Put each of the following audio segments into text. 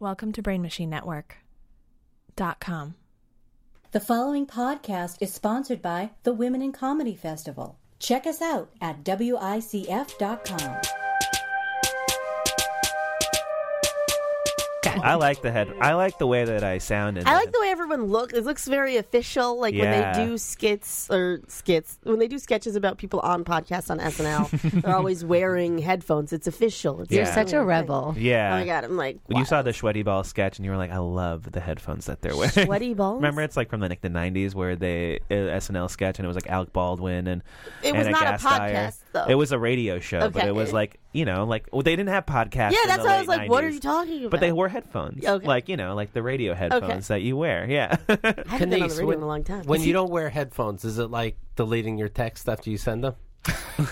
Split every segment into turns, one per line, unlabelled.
Welcome to Brain Machine Network. Dot com.
The following podcast is sponsored by the Women in Comedy Festival. Check us out at wicf.com.
I like the head. I like the way that I sound. In
I like the way everyone looks. It looks very official. Like
Yeah.
when they do skits or skits, when they do sketches about people on podcasts on SNL, they're always wearing headphones. It's official. It's
You're
really
such
a
weird thing.
rebel.
Yeah.
Oh my god! I'm like
When you saw the sweaty ball sketch, and you were like, "I love the headphones that they're wearing."
Sweaty balls?
Remember, it's like from the, like the '90s where they uh, SNL sketch, and it was like Alec Baldwin and
It was
Anna
not a
Gasteyer.
podcast, though.
It was a radio show, but
Okay.
it was like you know, like well, they didn't have podcasts.
Yeah,
in
that's
the
why I was
late
like, what are
90s.
you talking about?
But they wore headphones,
Okay.
like you know, like the radio headphones that you wear. Yeah,
I haven't been on the
Denise,
radio
when-
in a long time.
When you don't wear headphones, is it like deleting your text after you send them?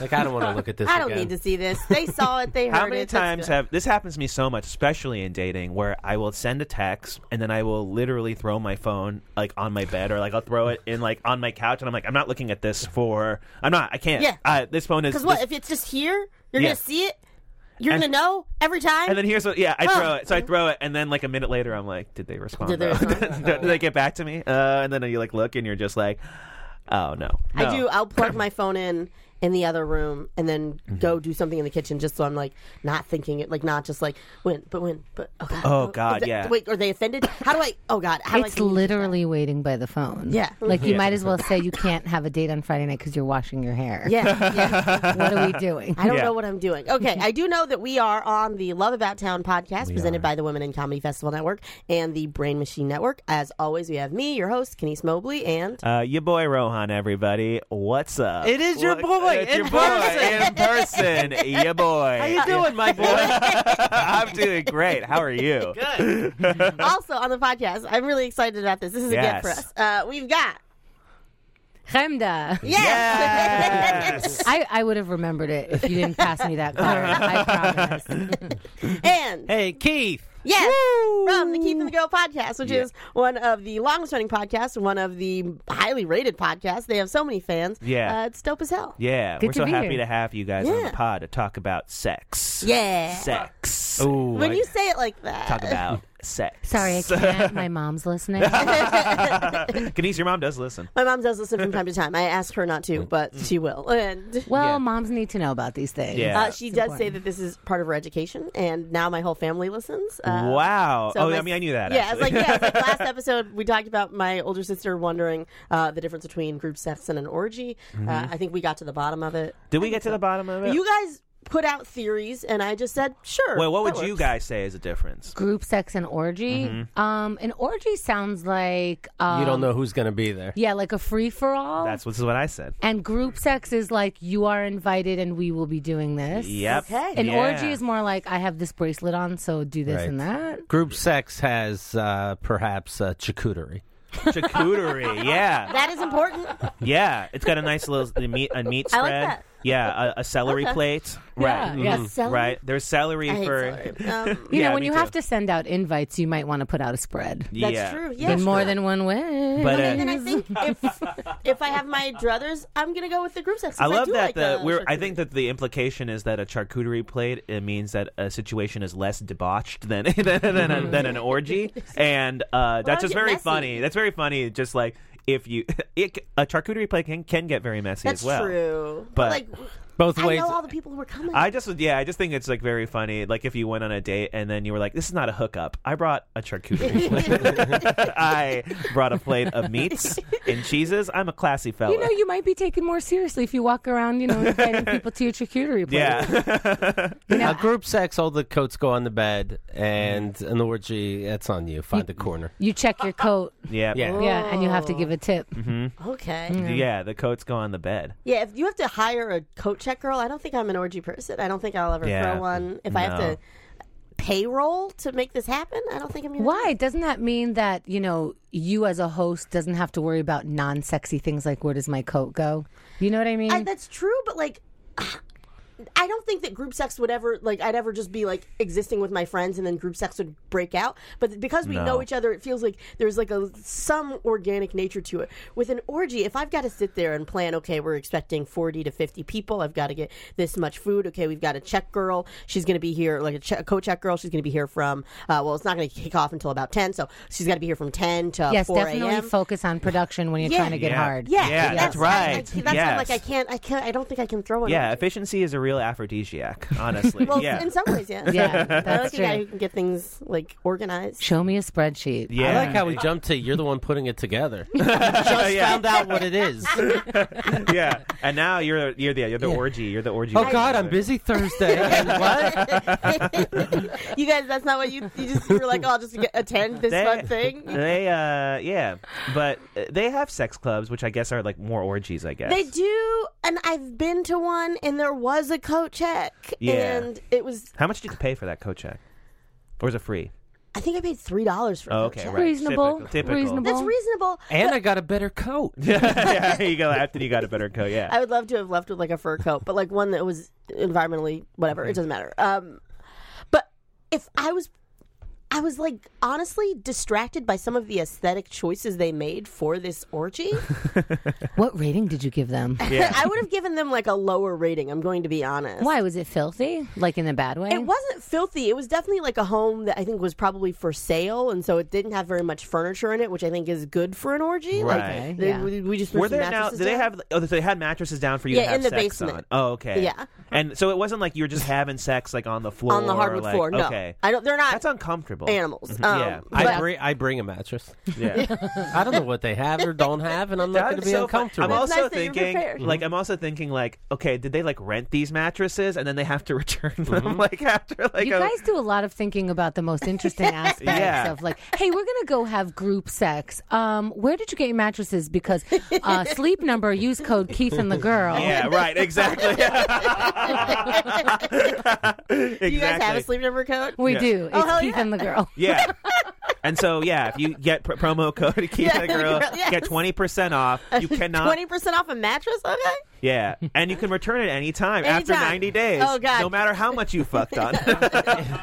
Like I don't want to look at this.
I don't need
again.
to see this. They saw it. They heard
How many
it. That's
times
good.
have this happens to me so much, especially in dating, where I will send a text and then I will literally throw my phone like on my bed or like I'll throw it in like on my couch and I'm like, I'm not looking at this for, I'm not, I can't.
Yeah.
Uh, this phone is.
Because what
this-
if it's just here? You're
Yeah.
gonna see it. You're
And-
gonna know every time.
and then here's what, yeah, I
Huh. Mm-hmm.
throw it. So I throw it, and then like a minute later, I'm like, did they respond?
Did they
though?
respond?
did they get back to me? Uh, and then you like look, and you're just like, oh no.
I
No.
do. I'll plug my phone in in the other room and then
Mm-hmm.
go do something in the kitchen just so I'm like not thinking it, like not just like when, but when, but oh god,
Oh, God,
is that-
yeah.
Wait, are they offended? How do I? Oh god, how do I
it's
communicate
literally waiting by the phone.
Yeah.
Like you
Yeah.
might as well say you can't have a date on Friday night because you're washing your hair.
that? Yeah, yeah.
What are we doing?
I don't
Yeah.
know what I'm doing. Okay, I do know that we are on the Love About Town podcast presented by the Women in Comedy Festival Network and the Brain Machine Network. As always, we have me, your host, Kenise Mobley, and
Uh, your boy Rohan, everybody. What's up?
It is your
Look-
boy,
It's
in
your boy in person. Your boy.
How you doing, my boy?
I'm doing great. How are you?
also on the podcast. I'm really excited about this. This is a gift for
Yes.
us. Uh, we've got
Chemda.
Yes.
I, I would have remembered it if you didn't pass me that card. I promise.
and
hey, Keith.
Yes, from the Keith and the Girl podcast, which is one of the longest running podcasts, one of the highly rated podcasts. They have so many fans.
Yeah.
uh, it's dope as hell.
Yeah,
Good
we're
to
so
be
happy
here.
to have you guys on
Yeah.
the pod to talk about sex.
Yeah.
Sex.
Ooh,
When
I-
you say it like that,
Talk about sex.
Sorry, I can't. My mom's listening.
Kenise, your mom does listen.
my mom does listen from time to time. I ask her not
Mm.
to, but she will. And
Well,
Yeah.
moms need to know about these things.
Yeah.
uh, she does say that this is part of her education, and now my whole family listens. Uh,
wow.
so
oh,
my-
I mean, I knew that.
Yeah, it's
actually.
like yeah, it's like last episode we talked about my older sister wondering uh, the difference between group sex and an orgy.
Mm-hmm.
Uh, I think we got to the bottom of it.
Did we get to the bottom of it?
You guys put out theories, and I just said, sure.
well, what
that
would you
works.
guys say is a difference?
Group sex and orgy.
Mm-hmm.
Um, an orgy sounds like um,
you don't know who's going to be there.
Yeah, like a free for all.
That's what, this is what I said.
And group sex is like you are invited and we will be doing this.
Yep.
Okay.
An
Yeah.
orgy is more like I have this bracelet on, so do this
Right.
and that.
Group sex has uh, perhaps uh, charcuterie.
charcuterie. Yeah.
That is important.
Yeah, it's got a nice little the meat a meat
I
spread.
like that.
Yeah, a, a celery plate. Right.
Yeah,
Mhm.
celery-
Right. There's celery
I hate
for
celery. Um,
You
Yeah,
know, when
me
you
too.
have to send out invites, you might want to put out a spread
that's
yeah.
true. Yeah.
in more than one way.
But,
And then
uh,
I think if if I have my druthers, I'm gonna go with the group sex.
I
'cause
love
do
that
like
the
a
we're I think
charcuterie.
that the implication is that a charcuterie plate it means that a situation is less debauched than than, than, a, than an orgy and uh, that's just
would Mm-hmm. get
very
messy.
funny. That's very funny just like if you it, c- a charcuterie plate can, can get very messy
that's
as well.
true.
But-
like,
Both
I
ways.
know all the people who were coming.
I just yeah, I just think it's like very funny. Like if you went on a date and then you were like, "This is not a hookup. I brought a charcuterie plate. I brought a plate of meats and cheeses. I'm a classy fella."
you know, you might be taken more seriously if you walk around, you know, inviting people to your charcuterie plate.
yeah,
Uh, group sex, all the coats go on the bed, and an orgy, that's on you. Find the corner.
You check your coat,
yeah,
Yeah.
yeah, and you have to give a tip.
Mm-hmm.
okay.
Yeah, The coats go on the bed.
Yeah, if you have to hire a coat check girl, I don't think I'm an orgy person. I don't think I'll ever
Yeah.
throw one. If I have
No.
to, payroll to make this happen? I don't think I'm gonna. do
Why? Doesn't that mean that, you know, you as a host doesn't have to worry about non sexy things like where does my coat go? You know what I mean?
Mm.
I, that's true, but like, I don't think that group sex would ever like. I'd ever just be like existing with my friends, and then group sex would break out. But because we know each other, it feels like there's like a some organic nature to it. With an orgy, if I've got to sit there and plan, okay, we're expecting forty to fifty people. I've got to get this much food. Okay, we've got a check girl. She's going to be here, like a, che- a co-check girl. She's going to be here from. Uh, well, it's not going to kick off until about ten, so she's got to be here from ten to
yes,
four
definitely
a.m.
focus on production when you're
Yeah.
trying to get
Yeah.
hard.
Yeah,
Yeah, that's
I- I-
right.
that's why I'm like I
Yes.
can't. I can't. I don't think I can throw it.
Yeah, efficiency is a real aphrodisiac, honestly.
Well,
yeah.
in some ways, yeah.
Yeah,
I like
that's
a guy
true.
who can get things like organized.
Show me a spreadsheet.
yeah.
I like how we jumped to you're the one putting it together.
just
Found out what it is.
yeah, and now you're you're the you're the orgy. You're the orgy.
Oh God, I'm busy Thursday. And what?
you guys, that's not what you you just you were like. Oh, I'll just get, attend this fun thing.
They uh yeah, but uh, they have sex clubs, which I guess are like more orgies. I guess
They do, and I've been to one, and there was a coat check,
Yeah.
and it was.
How much did you pay for that coat check? Or is it free?
I think I paid three dollars for. a
Oh,
coat
okay,
check.
right.
Reasonable.
Typical, typical.
Reasonable.
That's reasonable.
And I got a better coat.
yeah, there you go. After you got a better coat, yeah.
I would love to have left with like a fur coat, but like one that was environmentally whatever.
Mm-hmm.
It doesn't matter. Um, but if I was, I was like honestly distracted by some of the aesthetic choices they made for this orgy.
What rating did you give them?
I would have given them like a lower rating. I'm going to be honest.
Why was it filthy? Like in a bad way?
It wasn't filthy. It was definitely like a home that I think was probably for sale, and so it didn't have very much furniture in it, which I think is good for an orgy.
Right.
Like they,
Yeah.
we, we just threw
Were
some
there now?
mattresses
Did they
down.
have? Oh, so they had mattresses down for you to
Yeah,
have
in the
sex
basement.
on. Oh, okay.
Yeah.
And so it wasn't like you were just having sex like on the floor
on the hardwood
like-
floor? No,
Okay.
I don't. They're not
That's uncomfortable.
animals.
Mhm,
Um,
yeah.
I
but-
bring, I bring a mattress.
Yeah.
I don't know what they have or don't have, and I'm not going to
That's
be
so fun.
uncomfortable.
I'm
It's
also
nice that you're prepared.
thinking, like, I'm also thinking, like, okay, did they like rent these mattresses and then they have to return them, like after like
you
a,
guys do a lot of thinking about the most interesting aspects
Yeah.
of like, hey, we're gonna go have group sex. Um, where did you get your mattresses? Because uh, sleep number use code Keith and the girl.
Yeah, right, exactly. exactly.
Do you guys have a sleep number code?
We
Yeah.
do. It's
Oh, hell
Keith
yeah.
and the girl.
Yeah. And so, yeah, if you get pr- promo code Keep
Yeah,
That Girl,
girl, yes.
get 20% off. You cannot.
Twenty percent off a mattress. Okay.
Yeah. And you can return it anytime, after
Anytime.
90 days.
Oh, God.
No matter how much you fucked on.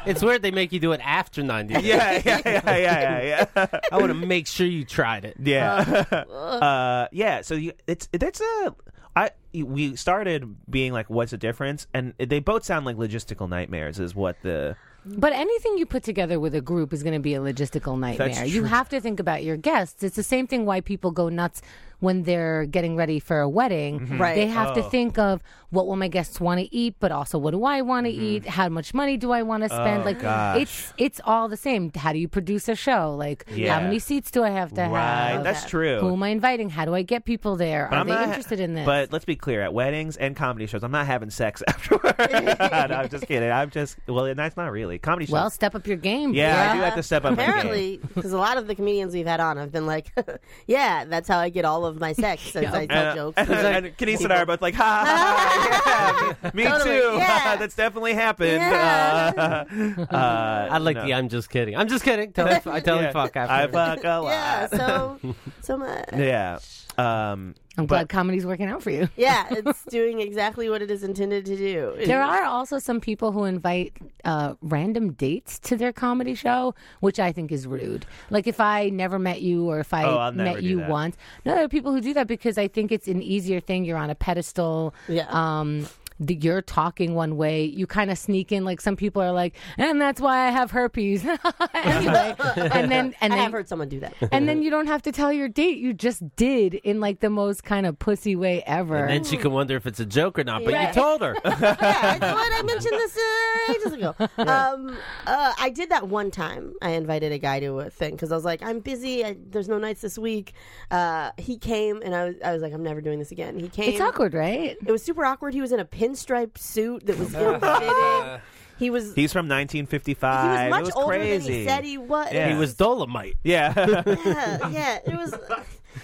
It's weird they make you do it after 90 days.
yeah, yeah, yeah, yeah, yeah.
I want to make sure you tried it.
Yeah. uh, yeah. So you, it's that's a. I we started being like, what's the difference? And they both sound like logistical nightmares. Is what the
But anything you put together with a group is going to be a logistical nightmare. You
true.
have to think about your guests. It's the same thing why people go nuts when they're getting ready for a wedding.
Mm-hmm.
Right.
They have to
Oh.
think of what will my guests want to eat, but also what do I want to
Mm-hmm.
eat? How much money do I want to spend?
Oh,
like it's it's all the same. How do you produce a show? Like
Yeah.
how many seats do I have to
right.
have?
That's true.
Who am I inviting? How do I get people there?
But
Are
I'm
they
not-
interested in this?
But let's be clear: at weddings and comedy shows, I'm not having sex afterward. No, I'm just kidding. I'm just well, and that's not really comedy shows.
well, step up your game.
yeah, I do
Yeah.
have to step up. my game.
Apparently, because a lot of the comedians we've had on have been like, "Yeah, that's how I get all of my sex." As I tell
And, uh,
jokes. Ah!
and, and Kenise and I are both like, ha, ha, ha, yeah, me, me
Totally,
too.
yeah.
That's definitely happened.
Yeah.
Uh, uh,
I like
no.
the I'm just kidding. I'm just kidding. Tell him, I tell
Yeah. uh,
him fuck after.
I fuck a lot.
yeah, so so much.
Yeah. Um,
I'm glad comedy's working out for you.
Yeah, it's doing exactly what it is intended to do.
There are also some people who invite uh, random dates to their comedy show, which I think is rude. Like if I never met you or if I
Oh, I'll never
met
do
you
that.
once. No, there are people who do that because I think it's an easier thing. You're on a pedestal.
Yeah.
Um, the, you're talking one way. You kind of sneak in. Like some people are like, and that's why I have herpes. anyway, and then and
I
then
have heard someone do that.
and then you don't have to tell your date. You just did in like the most kind of pussy way ever.
And then she can wonder if it's a joke or not, but
Right.
you told her.
yeah, that's what I mentioned this uh, ages ago. Um, uh, I did that one time. I invited a guy to a thing because I was like, I'm busy. I, there's no nights this week. Uh, he came, and I was, I was like, I'm never doing this again. He came.
it's awkward, right?
It was super awkward. He was in a pinstripe suit that was ill-fitting. He was. He
he's from 1955.
was
it
much
was
older
crazy.
than he said he was.
Yeah.
He was Dolomite.
Yeah.
yeah, yeah, it was.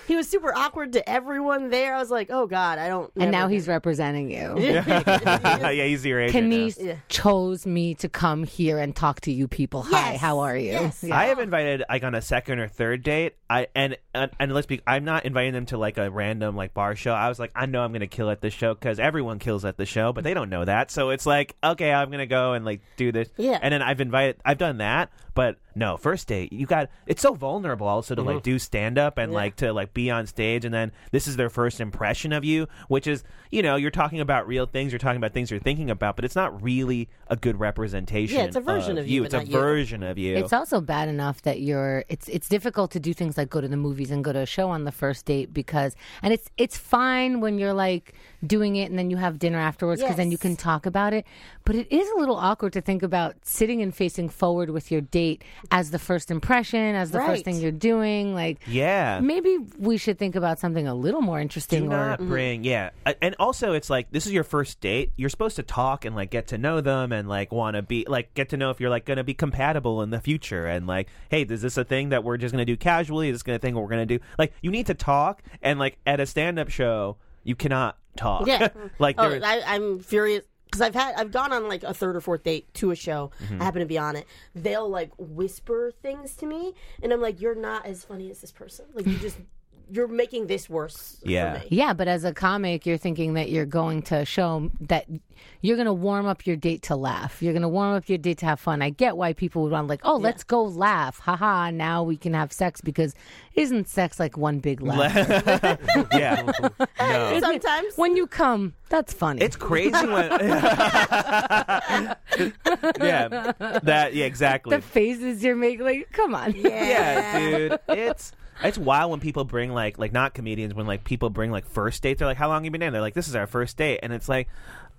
he was super awkward to everyone there. I was like, oh god, I don't.
and
never
now
again.
he's representing you.
yeah, he's your agent. now.
Kenise chose me to come here and talk to you people. Hi,
Yes,
how are you?
yes.
Yeah.
I have invited like on a second or third date. I and and, and let's be. I'm not inviting them to like a random like bar show. I was like, I know I'm gonna kill at this show because everyone kills at the show, but they don't know that. So it's like, okay, I'm gonna go and like do this.
Yeah.
And then I've invited. I've done that, but no, first date. You got. It's so vulnerable also to
Mm-hmm.
like do stand up and like to like be on stage, and then this is their first impression of you, which is you know you're talking about real things, you're talking about things you're thinking about, but it's not really a good representation.
Yeah, it's a version of you, but
It's a
not you.
version of you.
It's also bad enough that you're it's it's difficult to do things like go to the movies and go to a show on the first date because and it's it's fine when you're like doing it and then you have dinner afterwards because then you
Yes.
can talk about it. But it is a little awkward to think about sitting and facing forward with your date as the first impression, as the first
Right.
thing you're doing. Like
yeah.
maybe we should think about something a little more interesting
Do
or
not bring, yeah. A- And also, it's like this is your first date. You're supposed to talk and like get to know them and like want to be like get to know if you're like going to be compatible in the future. And like, hey, is this a thing that we're just going to do casually? Is this going to thing we're going to do? Like, you need to talk. And like at a stand up show, you cannot talk.
Yeah,
like,
oh,
there-
I, I'm furious because I've had I've gone on like a third or fourth date to a show.
Mm-hmm.
I happen to be on it. They'll like whisper things to me, and I'm like, "You're not as funny as this person. Like you just you're making this worse."
Yeah.
for me.
Yeah, but as a comic, you're thinking that you're going to show that you're going to warm up your date to laugh. You're going to warm up your date to have fun. I get why people would want like, oh, let's go laugh, haha. Now we can have sex because isn't sex like one big laugh?
yeah. No.
Sometimes
when you come, that's funny.
It's crazy when, yeah, that yeah, exactly.
the faces you're making, like, come on.
yeah, dude. It's it's wild when people bring like like not comedians when like people bring like first dates. They're like, "How long you been in?" They're like, "This is our first date," and it's like,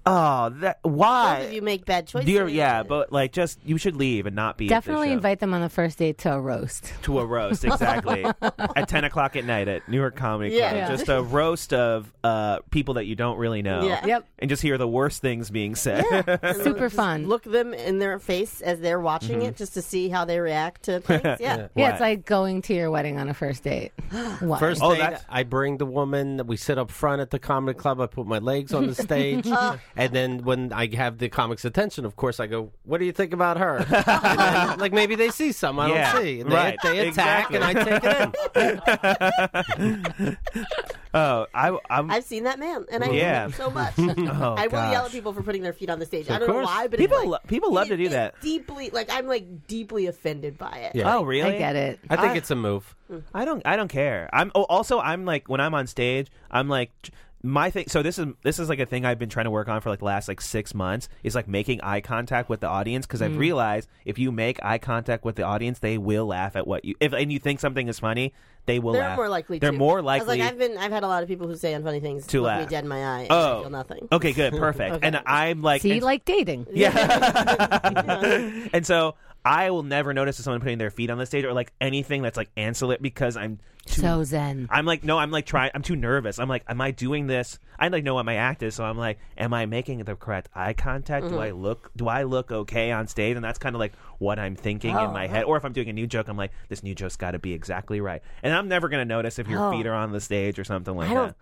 "Oh, that
both of
why?"
you make bad choices.
Dear, yeah, but like, just you should leave and not be at the
Definitely
show.
invite them on the first date to a roast.
to a roast exactly at ten o'clock at night at New York Comedy Club.
Yeah. Yeah.
Just a roast of uh, people that you don't really know,
Yeah.
Yep.
and just hear the worst things being said.
And then
Super
just
fun.
Look them in their face as they're watching
Mm-hmm.
it, just to see how they react to things. Yeah,
Yeah,
Why?
it's like going to your wedding on a first date. Why?
First
Oh,
date,
that's-
I bring the woman. We sit up front at the comedy club. I put my legs on the stage, and then when I have the comic's attention, of course, I go, "What do you think about her?" And then, like maybe they see some I
Yeah,
don't see, and they,
right,
they attack,
exactly.
and I take it in.
oh, I, I'm.
I've seen that man, and I hate
Yeah.
him so much.
Oh,
I will yell
gosh.
at people for putting their feet on the stage. I don't know
course.
why, but
People
it's
lo-
like,
people love
it
to do
is
that.
Deeply, like I'm like deeply offended by it.
Yeah.
oh, really?
I get it.
I think
I-
it's a move.
I don't. I don't care. I'm. Oh, also, I'm like when I'm on stage, I'm like my thing. So this is this is like a thing I've been trying to work on for like the last like six months is like making eye contact with the audience because I've realized if you make eye contact with the audience, they will laugh at what you if and you think something is funny, they will.
They're
laugh.
more likely.
They're
to.
more
I was
likely.
like, I've been, I've had a lot of people who say unfunny things
To
look
laugh.
me dead in my eye. And I
oh,
feel nothing.
Okay, good, perfect. And I'm like,
See,
and-
like dating.
yeah. and so. I will never notice if someone putting their feet on the stage or like anything that's like ancillary because I'm too
So zen.
I'm like, no, I'm like trying. I'm too nervous. I'm like, am I doing this? I like know what my act is, so I'm like, am I making the correct eye contact? Do I
Mm-hmm.
look? Do I look okay on stage? And that's kind of like what I'm thinking in
Oh.
my head. Or if I'm doing a new joke, I'm like, this new joke's got to be exactly right. And I'm never gonna notice if your feet are on the stage or something like
Oh. I
that.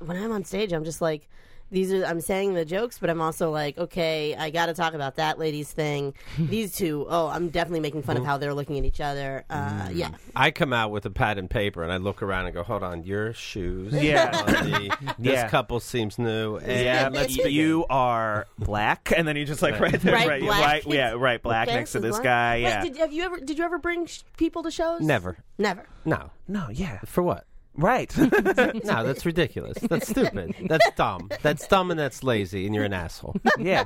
don't. When I'm on stage, I'm just like, these are. I'm saying the jokes, but I'm also like, okay, I got to talk about that lady's thing. these two, oh, I'm definitely making fun of how they're looking at each other. Uh,
Mm.
Yeah,
I come out with a pad and paper, and I look around and go, "Hold on, your shoes.
Yeah.
on the- this
Yeah.
couple seems new. And
Yeah,
let's
you,
begin.
you are black, and then you just like right there,
Right,
right,
black.
right- yeah, right, black
Okay,
next to
is
this
black.
guy.
Wait,
Yeah,
did, have you ever? Did you ever bring sh- people to shows?
never.
Never.
No,
no, yeah,
for what?
right.
No, that's ridiculous. That's stupid. That's dumb. That's dumb and that's lazy, and you're an asshole.
yeah,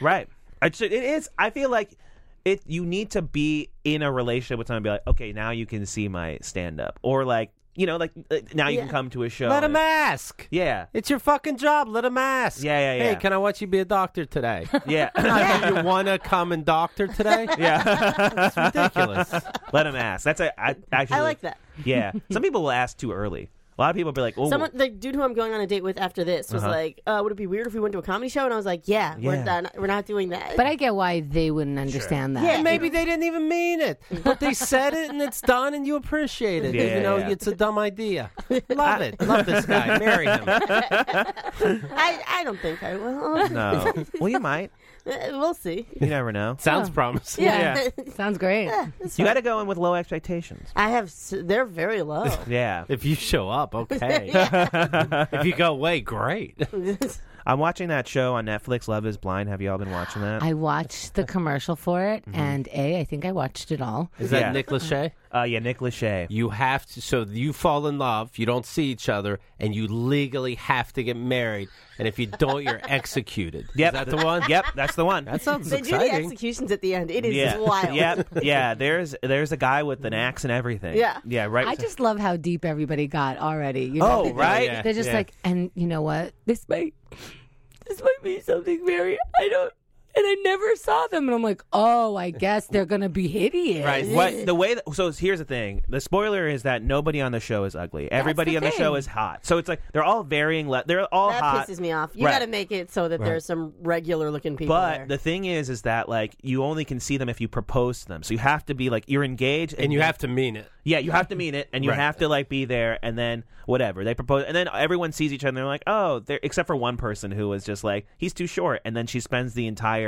right. I ju- it is. I feel like it. You need to be in a relationship with someone. And be like, okay, now you can see my stand up, or like, you know, like uh, now you can come to a show.
Let him
and-
ask.
Yeah,
It's your fucking job. Let him ask.
Yeah, yeah, yeah.
Hey, can I watch you be a doctor today?
yeah,
Do you want to come and doctor today?
yeah.
It's ridiculous.
Let him ask. That's a. I actually
I like that.
Yeah, some people will ask too early. A lot of people be like, "Oh,
Someone, the dude who I'm going on a date with after this was like, uh, "Would it be weird if we went to a comedy show?" And I was like, "Yeah, We're,
Uh-huh. Yeah.
done. we're not doing that."
But I get why they wouldn't understand that.
Yeah.
And maybe they didn't even mean it, but they said it and it's done, and you appreciate it.
Yeah,
you know,
yeah.
it's a dumb idea. Love it. Love this guy. Marry him.
I, I don't think I will.
no. well, you might.
Uh, we'll see.
You never know.
Sounds promising.
Yeah,
Sounds great.
You got to go in with low expectations.
I have. s- They're very low.
Oh.
Yeah.
If you show up, okay. if you go away, great.
I'm watching that show on Netflix, Love is Blind. Have you all been watching that?
I watched the commercial for it,
Mm-hmm.
and A, I think I watched it all.
Is that
Yeah.
Nick Lachey?
uh, yeah, Nick Lachey.
You have to. So you fall in love. You don't see each other, and you legally have to get married. And if you don't, you're executed.
Yep.
Is that the one?
Yep, that's the one.
That sounds
They do the
exciting.
executions at the end. It is
yeah.
wild.
Yep. Yeah. There's there's a guy with an axe and everything.
Yeah.
Yeah. Right.
I just love how deep everybody got already. You know?
Oh, right.
yeah.
They're just like, and you know what? This might, this might be something very. I don't, and I never saw them, and I'm like, oh, I guess they're gonna be hideous.
Right. What the way? That, so here's the thing. The spoiler is that nobody on the show is ugly. Everybody
the
on the show
thing.
is hot. So it's like they're all varying. Le- they're all
That
hot.
pisses me off. You
Right.
got to make it so that there's some regular looking people
But
there.
the thing is, is that like you only can see them if you propose to them. So you have to be like you're engaged,
and you
then-
have to mean it.
yeah, you have to mean it, and you
Right.
have to like be there, and then whatever they propose, and then everyone sees each other, and they're like, oh, they're except for one person who was just like he's too short, and then she spends the entire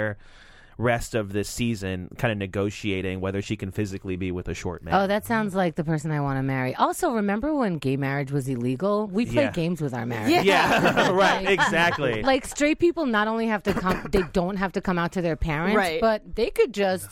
rest of this season kind of negotiating whether she can physically be with a short man.
Oh, that sounds like the person I want to marry. Also, remember when gay marriage was illegal? We played
Yeah.
games with our marriage.
yeah, right,
Like-
exactly.
Like straight people not only have to come they don't have to come out to their parents,
Right.
but they could just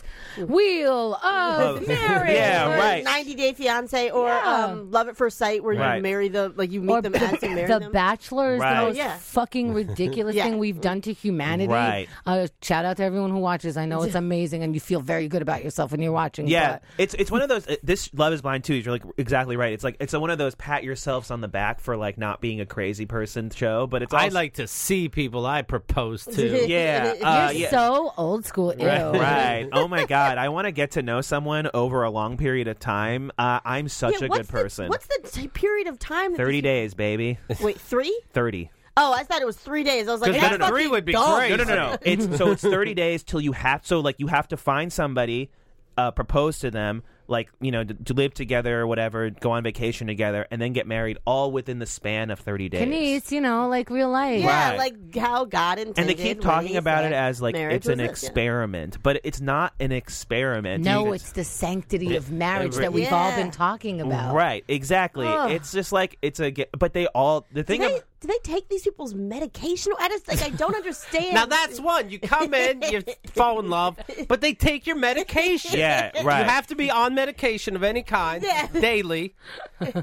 wheel of marriage.
Oh, yeah,
or
right.
90 Day Fiance or
Yeah.
um, Love at First Sight, where
Right.
you marry the like you meet
Or
them
the,
as you marry
the
them.
Bachelor is
Right.
the most
Yeah.
fucking ridiculous
Yeah.
thing we've done to humanity.
Right.
Uh, shout out to everyone who watches. I know it's amazing, and you feel very good about yourself when you're watching.
Yeah,
but-
it's it's one of those. uh, This Love Is Blind too. You're like exactly right. It's like it's one of those pat yourselves on the back for like not being a crazy person show. But it's also,
I like to see people I propose to.
yeah, uh,
you're
yeah.
so old school. Ew.
Right, right. Oh my God. I want to get to know someone over a long period of time. Uh, I'm such
Yeah,
a
what's
good
the-
person.
What's the t- period of time? That
30
this-
days, baby.
Wait, three?
30.
Oh, I thought it was three days. I was like,
Because
that's
then three
fucking
would be
dumb.
crazy.
No, no, no, no. It's so it's 30 days till you have so like you have to find somebody, uh, propose to them, like you know, to, to live together or whatever, go on vacation together, and then get married all within the span of 30 days.
Denise, you know, like real life.
Yeah,
Right.
like how God intended.
And they keep
when
talking
he
about
said
it as like
marriage
it's an
was this, yeah.
experiment, but it's not an experiment.
No,
You-
it's the sanctity of marriage
Yeah.
that we've all
Yeah.
been talking about.
right, exactly.
Ugh.
It's just like it's a ge- but they all the
Do
thing.
they,
ab-
do they take these people's medication? I just like I don't understand.
Now that's one. You come in, you fall in love, but they take your medication.
Yeah, right.
You have to be on medication of any kind
Yeah.
daily,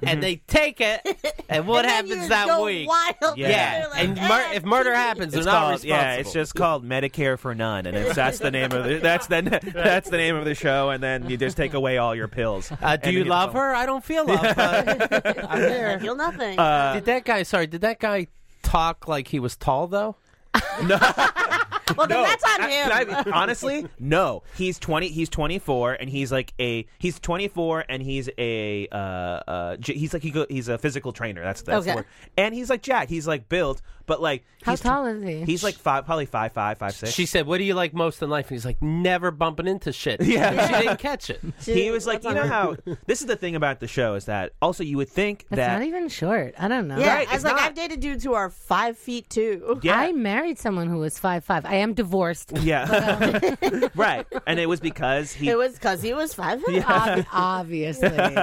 and they take it. And what
And then
happens
you
that
go
week?
Wild.
Yeah.
Yeah,
They're like,
and
"Ah,
mur- if murder
TV."
happens, they're
It's
not
called,
responsible.
yeah, it's just called Medicare for None, and it's, that's the name of the that's the that's the name of the show. And then you just take away all your pills.
Uh, do
And
you
then
love her? I don't feel love. but I'm
I
there.
feel nothing.
Uh,
did that guy? Sorry, did that guy talk like he was tall though?
well, then that's on
I-
him.
can I be- honestly, no. He's twenty. He's twenty four, and he's like a he's twenty four, and he's a uh, uh j- he's like he go, he's a physical trainer. That's that's the
Okay.
word. And he's like Jack. He's like built, but like
How
he's tw-
tall is he?
He's like five, probably five, five, five, six.
She said, "What do you like most in life?" And he's like, "Never bumping into shit." Yeah, she didn't catch it.
he was like, you know how this is the thing about the show is that also you would think
That's
that
not even short. I don't know.
yeah,
Right,
I
it's
was like,
not.
I've dated dudes who are five feet two.
yeah.
I married someone who was five five. I am divorced.
Yeah. right. And it was because he
It was because he was five.
Ob- obviously.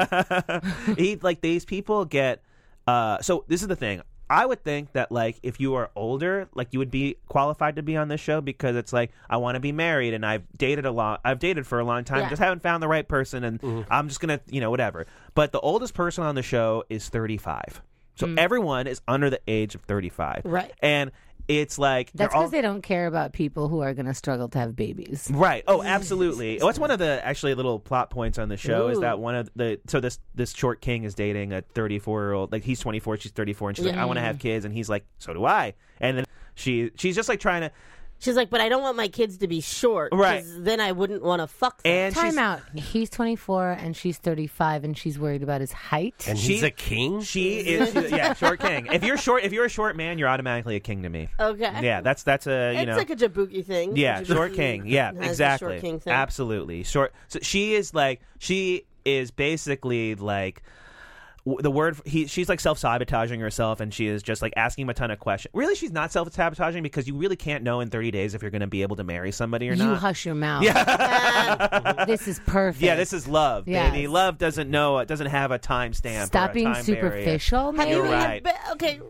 he like these people get uh so this is the thing. I would think that like if you are older, like you would be qualified to be on this show because it's like I want to be married and I've dated a lot I've dated for a long time,
Yeah.
just haven't found the right person and I'm just going to, you know, whatever. But the oldest person on the show is 35. So everyone is under the age of 35.
Mm. Right.
And it's like they're
That's because
all-
they don't care about people who are going to struggle to have babies.
Right. Oh, absolutely. What's one of the actually little plot points on the show is
Ooh.
that one of the so this this short king is dating a 34 year old like he's 24, she's 34, and she's like I want to have kids, and he's like so do I, and then she she's just like trying to
She's like, but I don't want my kids to be short. 'cause
Right.
Then I wouldn't want to fuck them.
And
Time
she's,
out. He's 24 and she's 35 and she's worried about his height.
And
She-
he's a king.
She is she's a- yeah, short king. If you're short, if you're a short man, you're automatically a king to me.
Okay.
Yeah, that's that's a you
it's
know.
like a Jabuki thing.
yeah,
Jabuki
short king. Yeah,
has a
exactly.
Short king thing.
Absolutely. Short. So she is like she is basically like w- the word he she's like self-sabotaging herself and she is just like asking him a ton of questions. Really she's not self-sabotaging because you really can't know in 30 days if you're going to be able to marry somebody or
you
not.
hush your mouth. Yeah. this is perfect.
yeah, this is love,
Yes.
baby. Love doesn't know, it doesn't have a time stamp. or
Stop
a
being
time barrier.
superficial,
Have
man.
you
You're
have
right.
be- okay.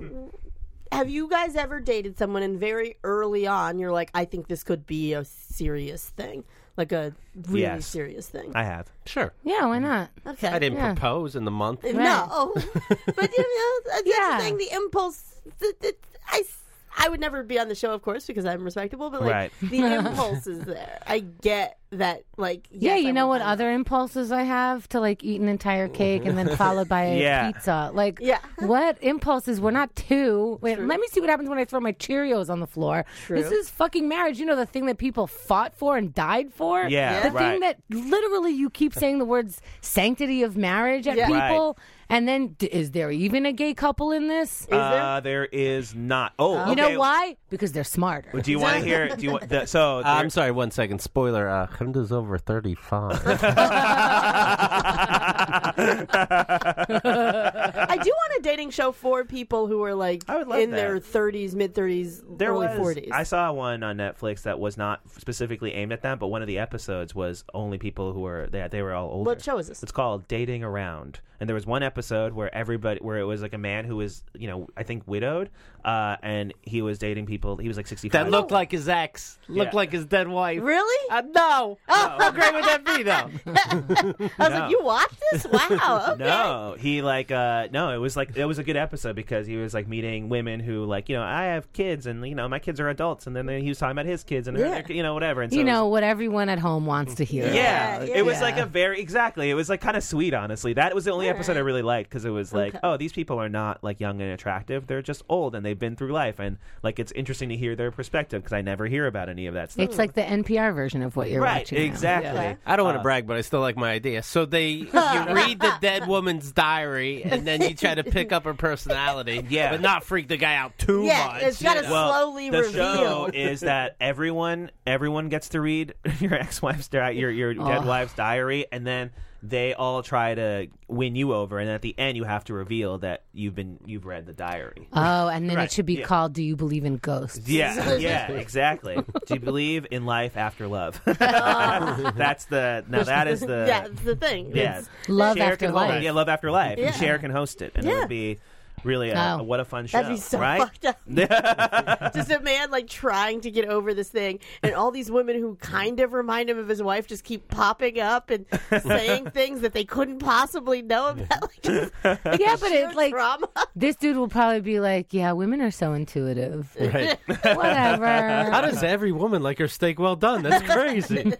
Have you guys ever dated someone and very early on you're like, I think this could be a serious thing, like a really
Yes.
serious thing?
I have.
Sure.
Yeah, why not?
okay.
I didn't
Yeah.
propose in the month.
No, but you know, that's the
Yeah.
thing. The impulse. The, the, I, s- I would never be on the show, of course, because I'm respectable. But like,
Right.
the impulse is there. I get that. Like,
Yeah,
yes,
you
I
know
want
what
that.
other impulses I have to like eat an entire cake and then followed by a
Yeah.
pizza. Like,
Yeah.
what impulses? We're not two. Wait, let me see what happens when I throw my Cheerios on the floor. This is fucking marriage. You know the thing that people fought for and died for.
Yeah,
the
right.
thing that literally you keep saying the words sanctity of marriage at
Yeah.
Right.
people, and then d- is there even a gay couple in this?
Uh, there is not. Oh,
You know
okay.
why? Because they're smarter.
Do you want to hear? Do you want the, so?
Uh, I'm sorry, one second. Spoiler, uh, Hamda's over 35.
I do want a dating show for people who are like
I would love
in
that.
their 30s, mid 30s,
there
early
was.
40s.
I saw one on Netflix that was not specifically aimed at them, but one of the episodes was only people who were they, they were all older.
What show is this?
It's called Dating Around, and there was one episode where everybody where it was like a man who was you know I think widowed, uh, and he was dating people. He was like sixty five.
that looked like his ex. Looked
Yeah.
like his dead wife.
Really?
Uh, no. How great would that be, though?
I was like, you watch this? Wow. Okay.
No, he like uh no, it was like it was a good episode because he was like meeting women who like you know I have kids and you know my kids are adults and then they- he was talking about his kids and her, you know whatever and so
You
it was-
know what everyone at home wants to hear.
yeah,
Yeah,
it was
yeah.
like a very exactly it was like kind of sweet honestly that was the only episode I really liked because it was like oh these people are not like young and attractive they're just old and they've been through life and like it's interesting to hear their perspective because I never hear about any of that stuff
It's like the NPR version of what you're
right
watching. now.
exactly
I don't want to brag, but I still like my idea. So they you read the dead woman's diary, and then you try to pick up her personality,
Yeah.
but not freak the guy out too
Yeah,
much.
it's
you
gotta
know?
well,
slowly
the
reveal.
show is that everyone everyone gets to read your ex-wife's di- your your dead wife's diary and then they all try to win you over and at the end you have to reveal that you've been you've read the diary
Oh, and then
Right,
it should be
yeah.
called "Do You Believe in Ghosts?"
yeah yeah exactly do you believe in life after love that's the now that is the
Oh. yeah, it's the thing.
yeah.
It's-
Love
Cher
After
can hold it.
Life.
yeah love after life
Yeah.
and Cher can host it and it
Yeah.
would be really a,
Oh.
what a fun show
That'd be so
right
fucked up. just a man like trying to get over this thing, and all these women who kind of remind him of his wife just keep popping up and saying things that they couldn't possibly know about. Like, just
yeah, but
sheer
it's like
trauma.
this dude will probably be like, "Yeah, women are so intuitive.
Right. How
Whatever.
does every woman like her steak well done? That's crazy.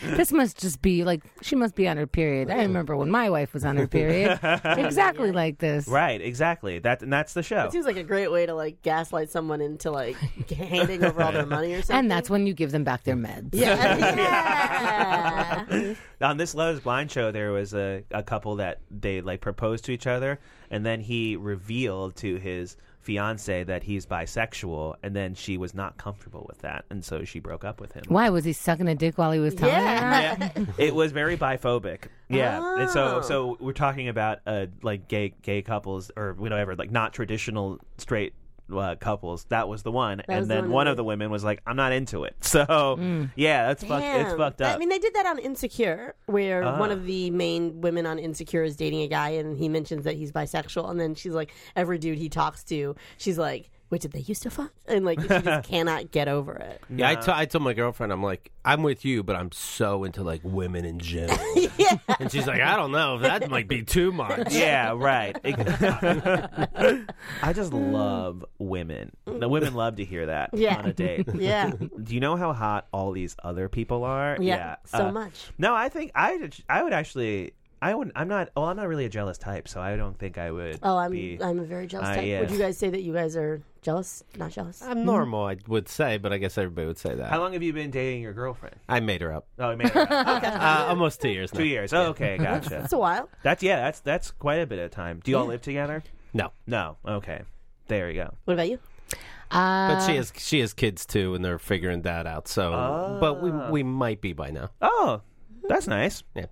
this must just be like she must be on her period." I remember when my wife was on her period, exactly like this.
right exactly that and that's the show
It seems like a great way to like gaslight someone into like handing over all their money or something.
And that's when you give them back their meds.
yeah. yeah.
on this Love is Blind show, there was a, a couple that they like proposed to each other, and then he revealed to his fiance that he's bisexual, and then she was not comfortable with that, and so she broke up with him.
Why was he sucking a dick while he was telling
Yeah.
her?
Yeah, it was very biphobic. Yeah, and so
Oh.
so we're talking about uh like gay gay couples or whatever, like not traditional straight. Uh, couples that was the one and
was the
then
one
one,
that they-
of the women was like i'm not into it so yeah that's fucked it's
Damn.
fucked up Ah.
I mean, they did that on Insecure, where one of the main women on Insecure is dating a guy, and he mentions that he's bisexual, and then she's like, every dude he talks to, she's like, "Wait, did they used to fuck?" And like, she just cannot get over it.
Yeah, I, t- I told my girlfriend, I'm like, I'm with you, but I'm so into like women in general. And she's like, I don't know, that might be too much.
yeah, right. I just love women. The women love to hear that
Mm. Yeah.
on a date.
Yeah,
Do you know how hot all these other people are?
yeah, so
Uh,
much.
No, I think I I would actually I would I'm not well I'm not really a jealous type, so I don't think I would.
Oh, I'm
be,
I'm a very jealous
Uh,
type.
yeah.
Would you guys say that you guys are Jealous? Not jealous.
I'm normal, I would say, but I guess everybody would say that.
How long have you been dating your girlfriend?
I made her up.
Oh, it made it up.
Uh, almost two years now.
two years. Oh, okay, gotcha.
That's a while.
That's yeah. That's that's quite a bit of time. Do you all live together?
No.
No. Okay. There you go.
What about you?
Uh,
But she has she has kids too, and they're figuring that out. So, but we we might be by now.
Oh, that's nice.
Yeah.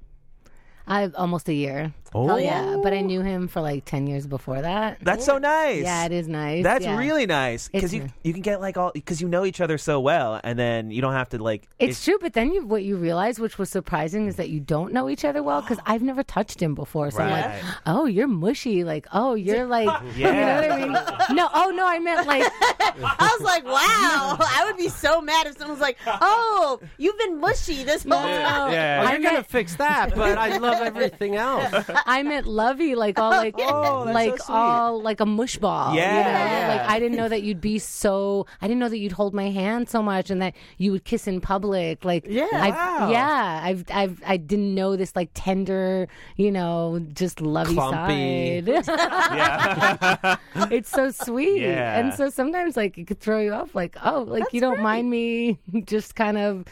I almost a year.
Oh,
yeah, but I knew him for like ten years before that.
That's so nice.
yeah, it is nice.
That's
yeah.
really nice because
It's
you
nice.
you can get like all because you know each other so well, and then you don't have to like.
It's true, but then you, what you realize, which was surprising, is that you don't know each other well because I've never touched him before. So I'm
Right.
like, oh, you're mushy. Like, oh, you're like,
Yeah.
you know what I mean? No, oh, no, I meant like,
I was like, wow. I would be so mad if someone was like, oh, you've been mushy this whole time.
Yeah.
Oh,
I
you're gonna
meant-
fix that, but I love everything else.
I meant lovey, like all like
Oh, that's
like
so sweet.
all like a mush ball. you
Yeah,
know?
yeah.
Like I didn't know that you'd be so. I didn't know that you'd hold my hand so much and that you would kiss in public. Like
Yeah.
I've,
Wow.
yeah. I've I've I didn't know this like tender, you know, just lovey
Clumpy.
side.
Yeah.
it's so sweet.
Yeah.
And so sometimes like it could throw you off. Like oh, like you don't mind me just kind of.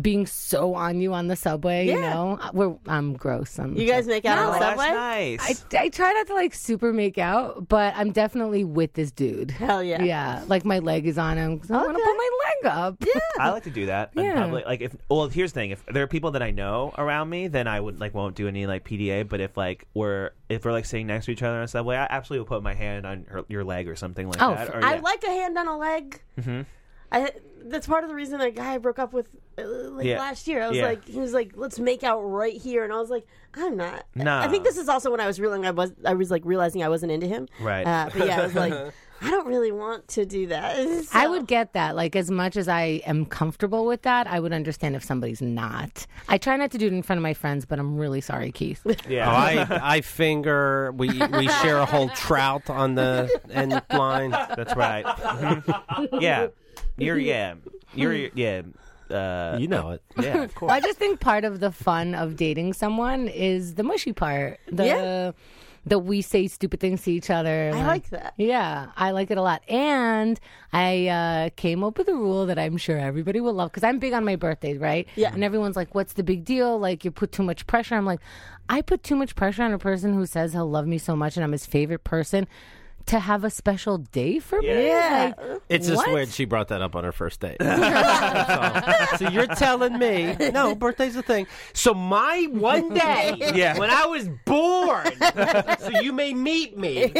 Being so on you on the subway, you
Yeah.
know, we're I'm gross. I'm
You guys make out
Oh,
on the
that's
subway?
nice.
I, I try not to like super make out, but I'm definitely with this dude.
Hell yeah.
Yeah, like my leg is on him 'cause I want to put my leg up. Yeah.
I like to do that. in
Yeah.
public. Like if well, here's the thing: if there are people that I know around me, then I would like won't do any like PDA. But if like we're if we're like sitting next to each other on a subway, I absolutely will put my hand on her, your leg or something like
Oh,
that.
f-
Or,
I
yeah. Mm-hmm.
like a hand on a leg. I that's part of the reason a guy I broke up with uh, like
Yeah.
last year. I was
Yeah.
like, he was like, let's make out right here, and I was like, I'm not.
Nah.
I think this is also when I was realizing I was I was like realizing I wasn't into him.
Right.
Uh, but yeah, I was like, I don't really want to do that. So-
I would get that. Like as much as I am comfortable with that, I would understand if somebody's not. I try not to do it in front of my friends, but I'm really sorry, Keith.
Oh,
yeah.
I I finger. We we share a whole trout on the end line.
That's right. Mhm. yeah, you're yeah, you're yeah, uh,
You know it.
yeah. Of course.
I just think part of the fun of dating someone is the mushy part. The
Yeah.
the we say stupid things to each other.
I like that.
Yeah, I like it a lot. And I uh, came up with a rule that I'm sure everybody will love because I'm big on my birthday, right? Yeah. And everyone's like, what's the big deal? Like, you put too much pressure. I'm like, I put too much pressure on a person who says he'll love me so much and I'm his favorite person to have a special day for me.
Yeah.
Like,
It's just
what?
weird she brought that up on her first date. so, so you're telling me no birthday's a thing. So my one day,
Yeah.
when I was born, so you may meet me.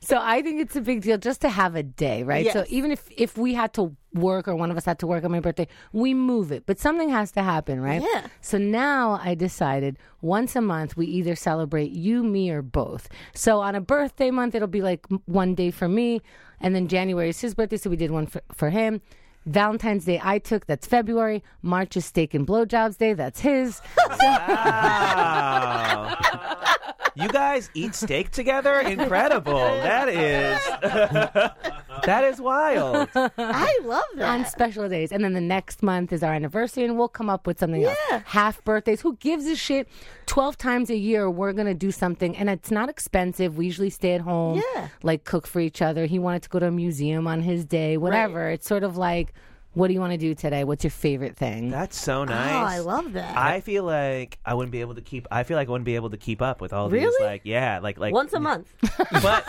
So I think it's a big deal just to have a day, right? So
Yes.
even if if we had to work or one of us had to work on my birthday, we move it, but something has to happen, right?
Yeah.
So now I decided once a month we either celebrate you, me, or both. So on a birthday month it'll be like m- one day for me, and then January is his birthday, so we did one for, for him. Valentine's Day I took, that's February. March is steak and blowjobs day, that's his.
Wow. You guys eat steak together? Incredible. That is That is wild.
I love
on
that.
special days. And then the next month is our anniversary, and we'll come up with something else. Half birthdays. Who gives a shit? 12 times a year, we're going to do something. And it's not expensive. We usually stay at home,
Yeah.
like cook for each other. He wanted to go to a museum on his day, whatever. It's sort of like, what do you want to do today? What's your favorite thing?
That's so nice.
Oh, I love that.
I feel like I wouldn't be able to keep. I feel like I wouldn't be able to keep up with all these.
Really?
Like, yeah, like like
Once a month.
But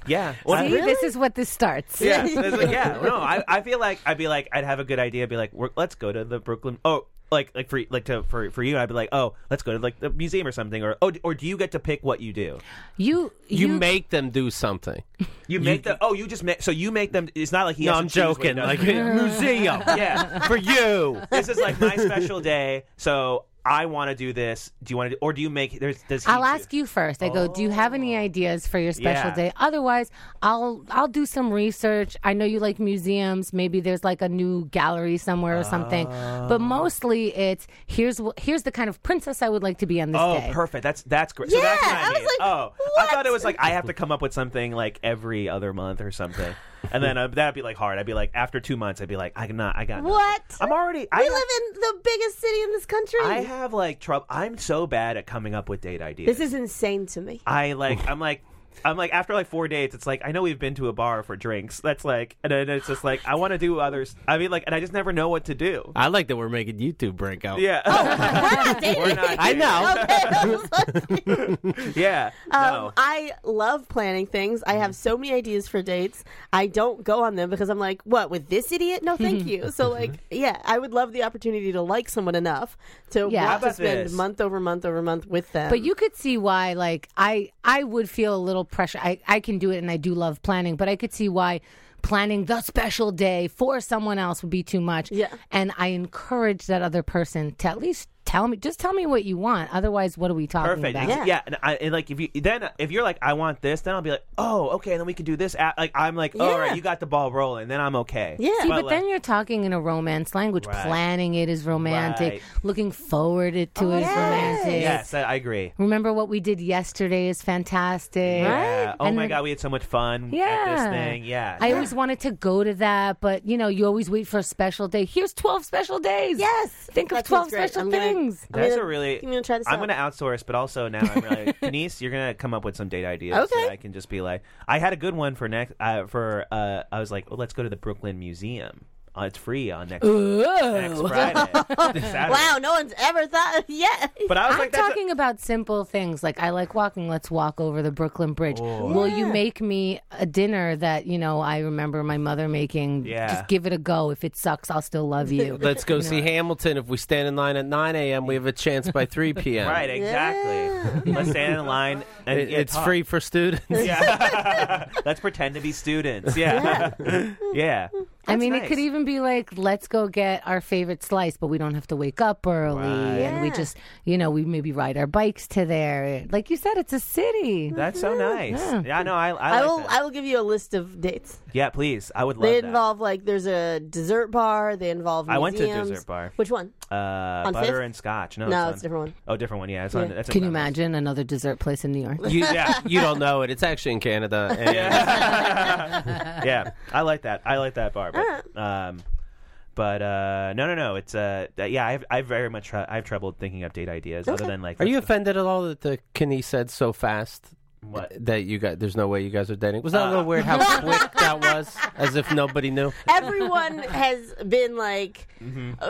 yeah,
See,
Once-
this is what this starts.
yeah, there's like- yeah. No, I, I feel like I'd be like I'd have a good idea. Be like, we're, let's go to the Brooklyn. Oh, like like for like to for for you, I'd be like, oh, let's go to like the museum or something. Or oh, d- or do you get to pick what you do?
You,
You
you,
make them do something.
You make the oh, you just make so you make them. It's not like he.
No,
has to
I'm
choose what he
joking.
does.
Like museum
yeah,
for you.
this is like my special day. So I want to do this. Do you want to? do Or do you make? There's does. He
I'll ask you first. I go, "Do you have any ideas for your special
Oh. Yeah.
day?" Otherwise, I'll I'll do some research. I know you like museums. Maybe there's like a new gallery somewhere or something.
Oh.
But mostly, it's here's wh- here's the kind of princess I would like to be on this
Oh,
day.
perfect. That's that's great. so that's
Yeah,
what I,
I was
mean.
like,
oh,
what?
I thought it was like I have to come up with something like every other month or something, and then uh, that'd be like hard. I'd be like after two months, I'd be like I cannot. I got nothing.
What?
I'm already.
we
I
live in the biggest city in this country.
I have like trouble. I'm so bad at coming up with date ideas.
this is insane to me.
I like. I'm like. I'm like after like four dates, it's like I know we've been to a bar for drinks. That's like, and then it's just like I want to do others. I mean, like, and I just never know what to do.
I like that we're making YouTube break out.
Yeah,
Oh. We're
not
I know.
yeah.
Um, I love planning things. I have so many ideas for dates. I don't go on them because I'm like, what with this idiot? No, thank you. So like, yeah, I would love the opportunity to like someone enough to
Yeah. How
want to
about
spend
this?
month over month over month with them.
But you could see why, like I, I would feel a little pressure. I, I can do it, and I do love planning, but I could see why planning the special day for someone else would be too much.
Yeah.
and I encourage that other person to at least tell me, just tell me what you want. Otherwise, what are we talking
Perfect.
about?
Ex- Yeah. And, I, and like if you then if you're like I want this, then I'll be like, oh, okay, and then we can do this. At, like I'm like, all right,
Yeah.
you got the ball rolling. Then I'm okay.
Yeah.
See, but
like-
then you're talking in a romance language.
Right.
Planning it is romantic.
Right.
Looking forward it to is romantic.
yes, I, I agree.
Remember what we did yesterday is fantastic.
Yeah. Oh
And
my
then-
god, we had so much fun at this
Yeah.
thing. Yeah.
I always wanted to go to that, but you know, you always wait for a special day. Here's 12 special days.
Yes.
Think of
That sounds
12
great.
special
I'm gonna-
things.
I'm
That's
gonna-
a really.
I'm gonna try this
I'm
out.
gonna outsource, but also now I'm really, Denise, you're gonna come up with some date ideas.
Okay.
that I can just be like, I had a good one for next. Uh, for uh, I was like, well, let's go to the Brooklyn Museum. Uh, it's free on next, next Friday. This Saturday.
wow, no one's ever thought. Yeah,
But I was
I'm
like, that's a-
talking about simple things like I like walking. Let's walk over the Brooklyn Bridge. Will you make me a dinner that you know I remember my mother making?
Yeah.
Just give it a go. If it sucks, I'll still love you.
Let's go see Hamilton. If we stand in line at 9 a.m., we have a chance by 3 p.m.
Right, exactly. Let's stand in line and
It-
yeah,
it's
talk.
free for students.
Yeah. Let's pretend to be students. Yeah. Yeah.
I
That's
mean, it
nice.
could even be like, let's go get our favorite slice, but we don't have to wake up early, and we
Yeah.
just, you know, we maybe ride our bikes to there. Like you said, it's a city.
That's so nice.
Yeah.
Yeah, no, I, I,
I
like
will.
that.
I will give you a list of dates.
Yeah, please. I would love
They
that.
involve like there's a dessert bar. They involve.
I went to a
museums.
dessert bar.
Which one?
uh,
on
butter
Fifth?
and scotch. No,
No,
on-
it's a different one.
Oh, different one. Yeah, it's on. That's
Can you
on-
imagine another dessert place in New York?
You, you don't know it. It's actually in Canada. And
Yeah, I like that. I like that bar. But, um, but uh, no, no, no. It's uh, that- yeah. I've, I very much tr- I've trouble thinking of date ideas other than like.
Are you offended at all that the Kenny said so fast
What? Uh.
that you got? There's no way you guys are dating. Was that a little weird? How quick that was, as if nobody knew.
Everyone has been like,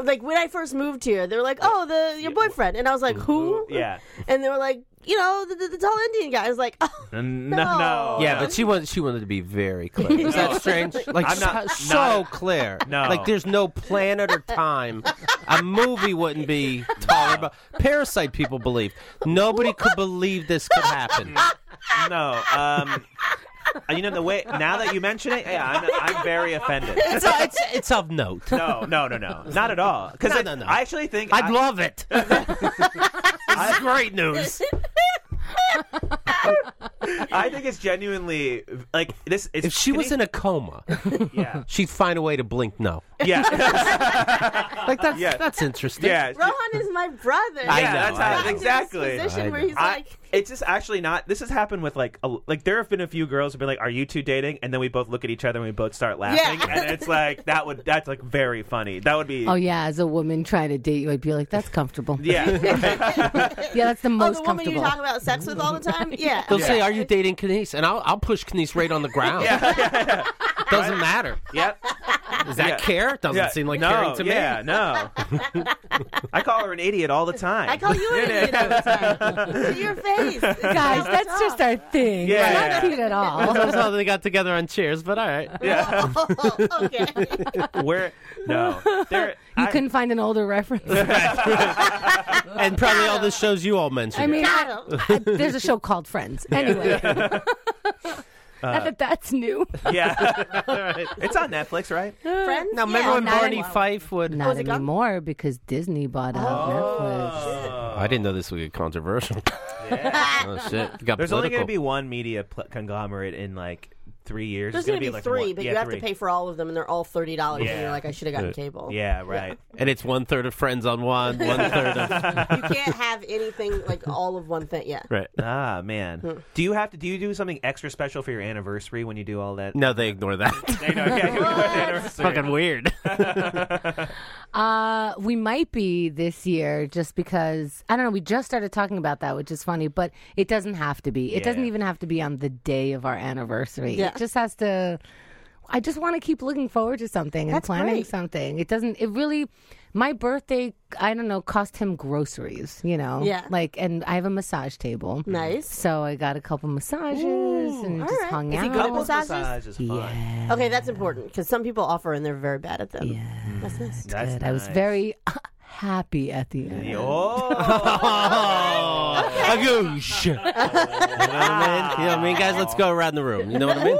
like when I first moved here, they were like, "Oh, the your boyfriend," and I was like, "Who?"
Yeah.
and they were like, "You know, the, the, the tall Indian guy." I was like, "Oh,
No, no.
No.
Yeah, but she wanted she wanted to be very clear. Is that strange? Like
I'm not-
so,
not-
so clear.
No.
like there's no planet or time. A movie wouldn't be tolerable. Parasite people believe nobody could believe this could happen.
No. Um, you know the way. Now that you mention it, yeah, I'm, I'm very offended.
It's it's, it's of note.
No, no, no, no, not at all. Because
No,
I,
no, no.
I actually think
I'd
I-
love it. That's great news.
I think it's genuinely like this. It's,
If she was in a coma,
yeah,
she'd find a way to blink no.
yeah,
Like that's
Yeah.
that's interesting.
yeah.
Rohan is my brother."
I
yeah,
know,
that's
I
how
know.
exactly.
This position
I
where
know.
he's
I-
like, "Oh,
it's just actually not. This has happened with like, a, like there have been a few girls who've been like, "Are you two dating?" And then we both look at each other and we both start laughing,
Yeah.
and it's like that would that's like very funny. That would be
Oh yeah, as a woman trying to date you, I'd be like, that's comfortable.
yeah.
Yeah, that's the
"Oh,
most
the woman you
comfortable.
talk about sex with all the time." Yeah,
They'll say, "Are you dating Kanice?" And I'll I'll push Kanice right on the ground. Doesn't matter.
yep.
Does that
Yeah.
care? Doesn't
Yeah,
seem like
no,
caring to
yeah,
me.
no. I call her an idiot all the time.
I call you an idiot all the time. to your face,
Guys, that's just our thing. We're
Yeah.
not cute at all.
That's how they got together on Cheers, but all right.
Yeah.
okay.
Where no. There
You
I-
couldn't find an older reference.
And probably all the shows you all mentioned.
I mean,
Got him.
I- there's a show called Friends. Anyway,
Uh,
not that that's new.
Yeah. It's on Netflix, right?
Friends.
now remember
yeah.
when
not
Barney
anymore.
Fife would?
Not
it gone?
anymore because Disney bought
Oh.
out Netflix.
Uh,
I didn't know this would get controversial. oh shit! Got
There's
political.
only going to be one media pl- conglomerate in like three years.
There's
going to
be
like
three,
one-
but
yeah,
you have
three.
to pay for all of them, and they're all thirty dollars. And
Yeah.
you're like, I should have gotten cable.
Yeah, right.
and it's one third of Friends on one, one third of
you can't have anything like all of one thing. Yeah.
right.
Ah,
Hmm.
man. Do you have to? Do you do something extra special for your anniversary when you do all that?
No, they ignore that.
They know, yeah, you do an anniversary.
Fucking weird.
Uh, we might be this year just because I don't know. We just started talking about that, which is funny, but it doesn't have to be. It doesn't
Yeah.
even have to be on the day of our anniversary.
Yeah.
It just has to. I just want to keep looking forward to something and
That's
planning
great.
something. It doesn't. It really. My birthday, I don't know, cost him groceries. You know,
Yeah.
Like, and I have a massage table.
Nice.
So I got a couple massages and
all
just
right.
hung
Is
out.
he good at
Couples
massages?
massage is fun.
Okay, that's important because some people offer and they're very bad at them.
Yeah.
That's nice.
That's
Good. I was
nice.
very happy at the end.
Oh.
A goosh. you know what I mean? You know what I mean, guys? Let's go around the room. You know what I mean?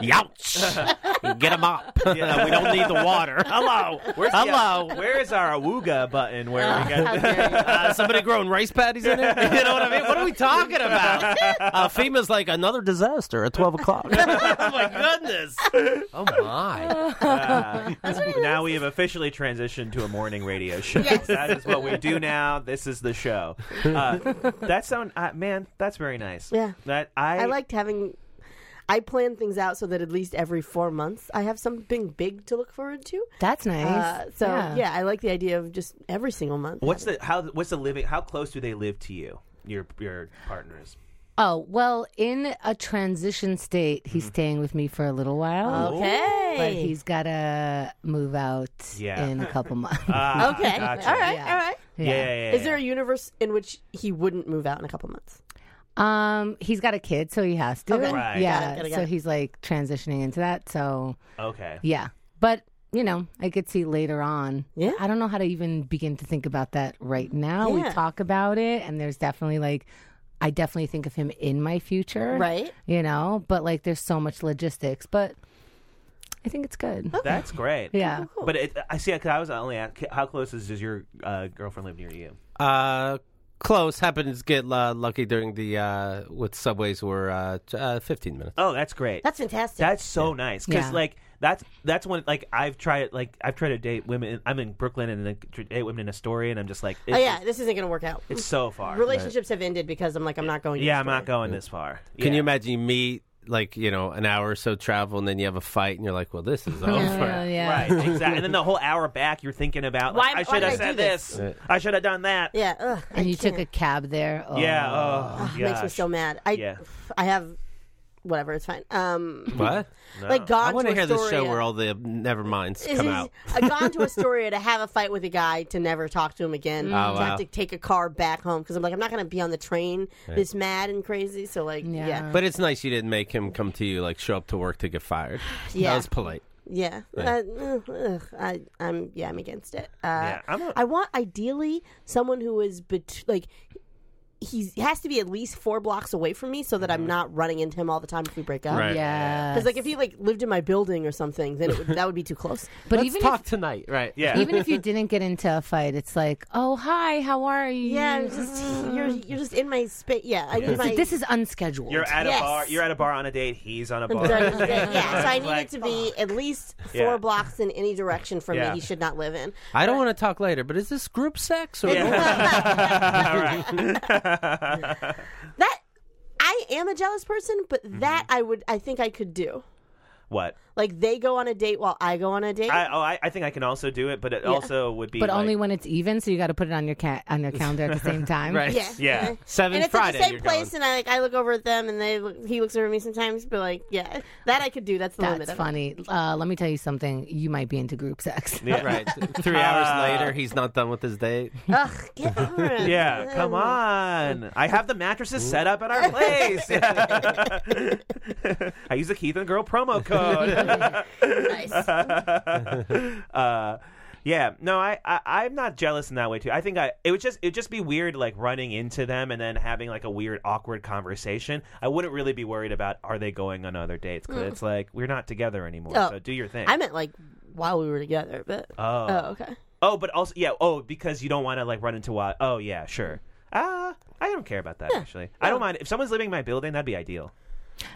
Youch. Get him up. we don't need the water. Hello.
Where's the-
Hello.
where is our awooga button? Where we
Oh, How
get
dare you.
Uh, somebody growing rice patties in there? You know what I mean? What are we talking about? Uh, FEMA's like another disaster at 12 o'clock. oh, my goodness. Oh, my.
Uh, now we have officially transitioned to a morning radio show. That is what we do now. This is the show. Uh, that sound, uh, man, that's very nice.
Yeah.
That I,
I liked having. I plan things out so that at least every four months I have something big to look forward to.
That's nice.
Uh, so yeah. I like the idea of just every single month.
What's the how? What's the living? How close do they live to you? Your your partners.
Oh, well, in a transition state, he's
Mm-hmm.
staying with me for a little
Oh.
while.
okay?
But he's got to move out
Yeah.
in a couple months.
Ah,
okay.
gotcha.
All right.
Yeah.
All right.
Yeah. yeah, yeah,
Is there a
yeah.
universe in which he wouldn't move out in a couple months?
um, he's got a kid, so he has to.
Okay.
Right.
Yeah.
Got it, got it, got
so
it.
he's like transitioning into that. So,
okay?
yeah. But, you know, I could see later on.
Yeah.
I don't know how to even begin to think about that right now. We
Yeah.
talk about it, and there's definitely like, I definitely think of him in my future.
Right.
you know but like there's so much logistics but i think it's good
That's great.
yeah
But it, I see. Cause I was only asking, how close is does your uh, girlfriend live near you?
Uh, close. Happened to get uh, lucky during the, uh, with subways were uh, t- uh, 15 minutes.
Oh, that's great.
That's fantastic.
That's so nice because
Yeah.
like that's that's when like I've tried like I've tried to date women. I'm in Brooklyn and like, to date women in Astoria, and I'm just like, it's,
oh yeah, this isn't going to work out.
it's so far.
Relationships have ended because I'm like I'm not going. to
yeah,
the
I'm not
store.
going this far.
Can
Yeah.
you imagine you meet like you know an hour or so travel and then you have a fight and you're like, well, this is over.
Uh, yeah
Right, exactly. and then the whole hour back, you're thinking about like,
Why-
I
why
should
did I
have
do
said
this?
this. I should have done that.
Yeah. Ugh, I
and you took
can't.
a cab there oh.
Yeah. Oh,
It makes me
gosh.
so mad. I
Yeah.
I have whatever. It's fine. Um,
What?
like
I
gone
want to
to
hear the show
Astoria.
where all the never minds
Is-
come
is-
out.
I've gone to Astoria to have a fight with a guy to never talk to him again. to
Oh, wow.
have to take a car back home because I'm like I'm not going to be on the train this mad and crazy. So like yeah,
Yeah.
yeah,
But it's nice you didn't make him come to you like show up to work to get fired.
Yeah.
That was polite.
Uh, ugh, ugh, I, I'm yeah I'm against it. Uh,
Yeah, I'm a-
I want ideally someone who is bet- like. He's, he has to be at least four blocks away from me so that
Mm-hmm.
I'm not running into him all the time if we break up.
Right.
yeah
Because like if he like lived in my building or something, then it would, that would be too close.
but
Let's
even
talk
if
tonight, right?
Yeah.
even if you didn't get into a fight it's like oh hi how are you
Yeah, I'm just you're you're just in my space. Yeah, I need
It's like,
my.
this is unscheduled
You're at
Yes.
a bar. You're at a bar on a date. He's on a bar.
during the day. yeah, so I need
Like,
it to be at least four
Yeah.
blocks in any direction from
Yeah.
me. He should not live in.
I don't want to talk later, but is this group sex or
That I am a jealous person, but
Mm-hmm.
that I would I think I could do.
what?
Like they go on a date while I go on a date.
I, oh, I, I think I can also do it, but it also would be.
but
like-
only when it's even so you got to put it on your cat on your calendar at the same time
right?
yeah,
Yeah.
Seven
and it's
Friday.
at the same
you're
place,
going.
and I like I look over at them, and they look- he looks over at me sometimes, but like yeah, that I could do. That's the limit.
that's
of it.
funny uh, let me tell you something you might be into group sex
Yeah.
Right. Three
Uh,
hours later, he's not done with his date.
Ugh, get over it.
Yeah, come on. I have the mattresses set up at our place. Yeah. I use the Keith and Girl promo code.
Nice.
uh, yeah, no, I, I I'm not jealous in that way too. I think I it would just it'd just be weird like running into them and then having like a weird awkward conversation. I wouldn't really be worried about are they going on other dates because it's like we're not together anymore.
Oh.
So do your thing.
I meant like while we were together, but
Oh.
oh okay.
oh, but also yeah. Oh, because you don't want to like run into what? Oh yeah, sure. Ah, I don't care about that actually. I don't mind if someone's living in my building. That'd be ideal.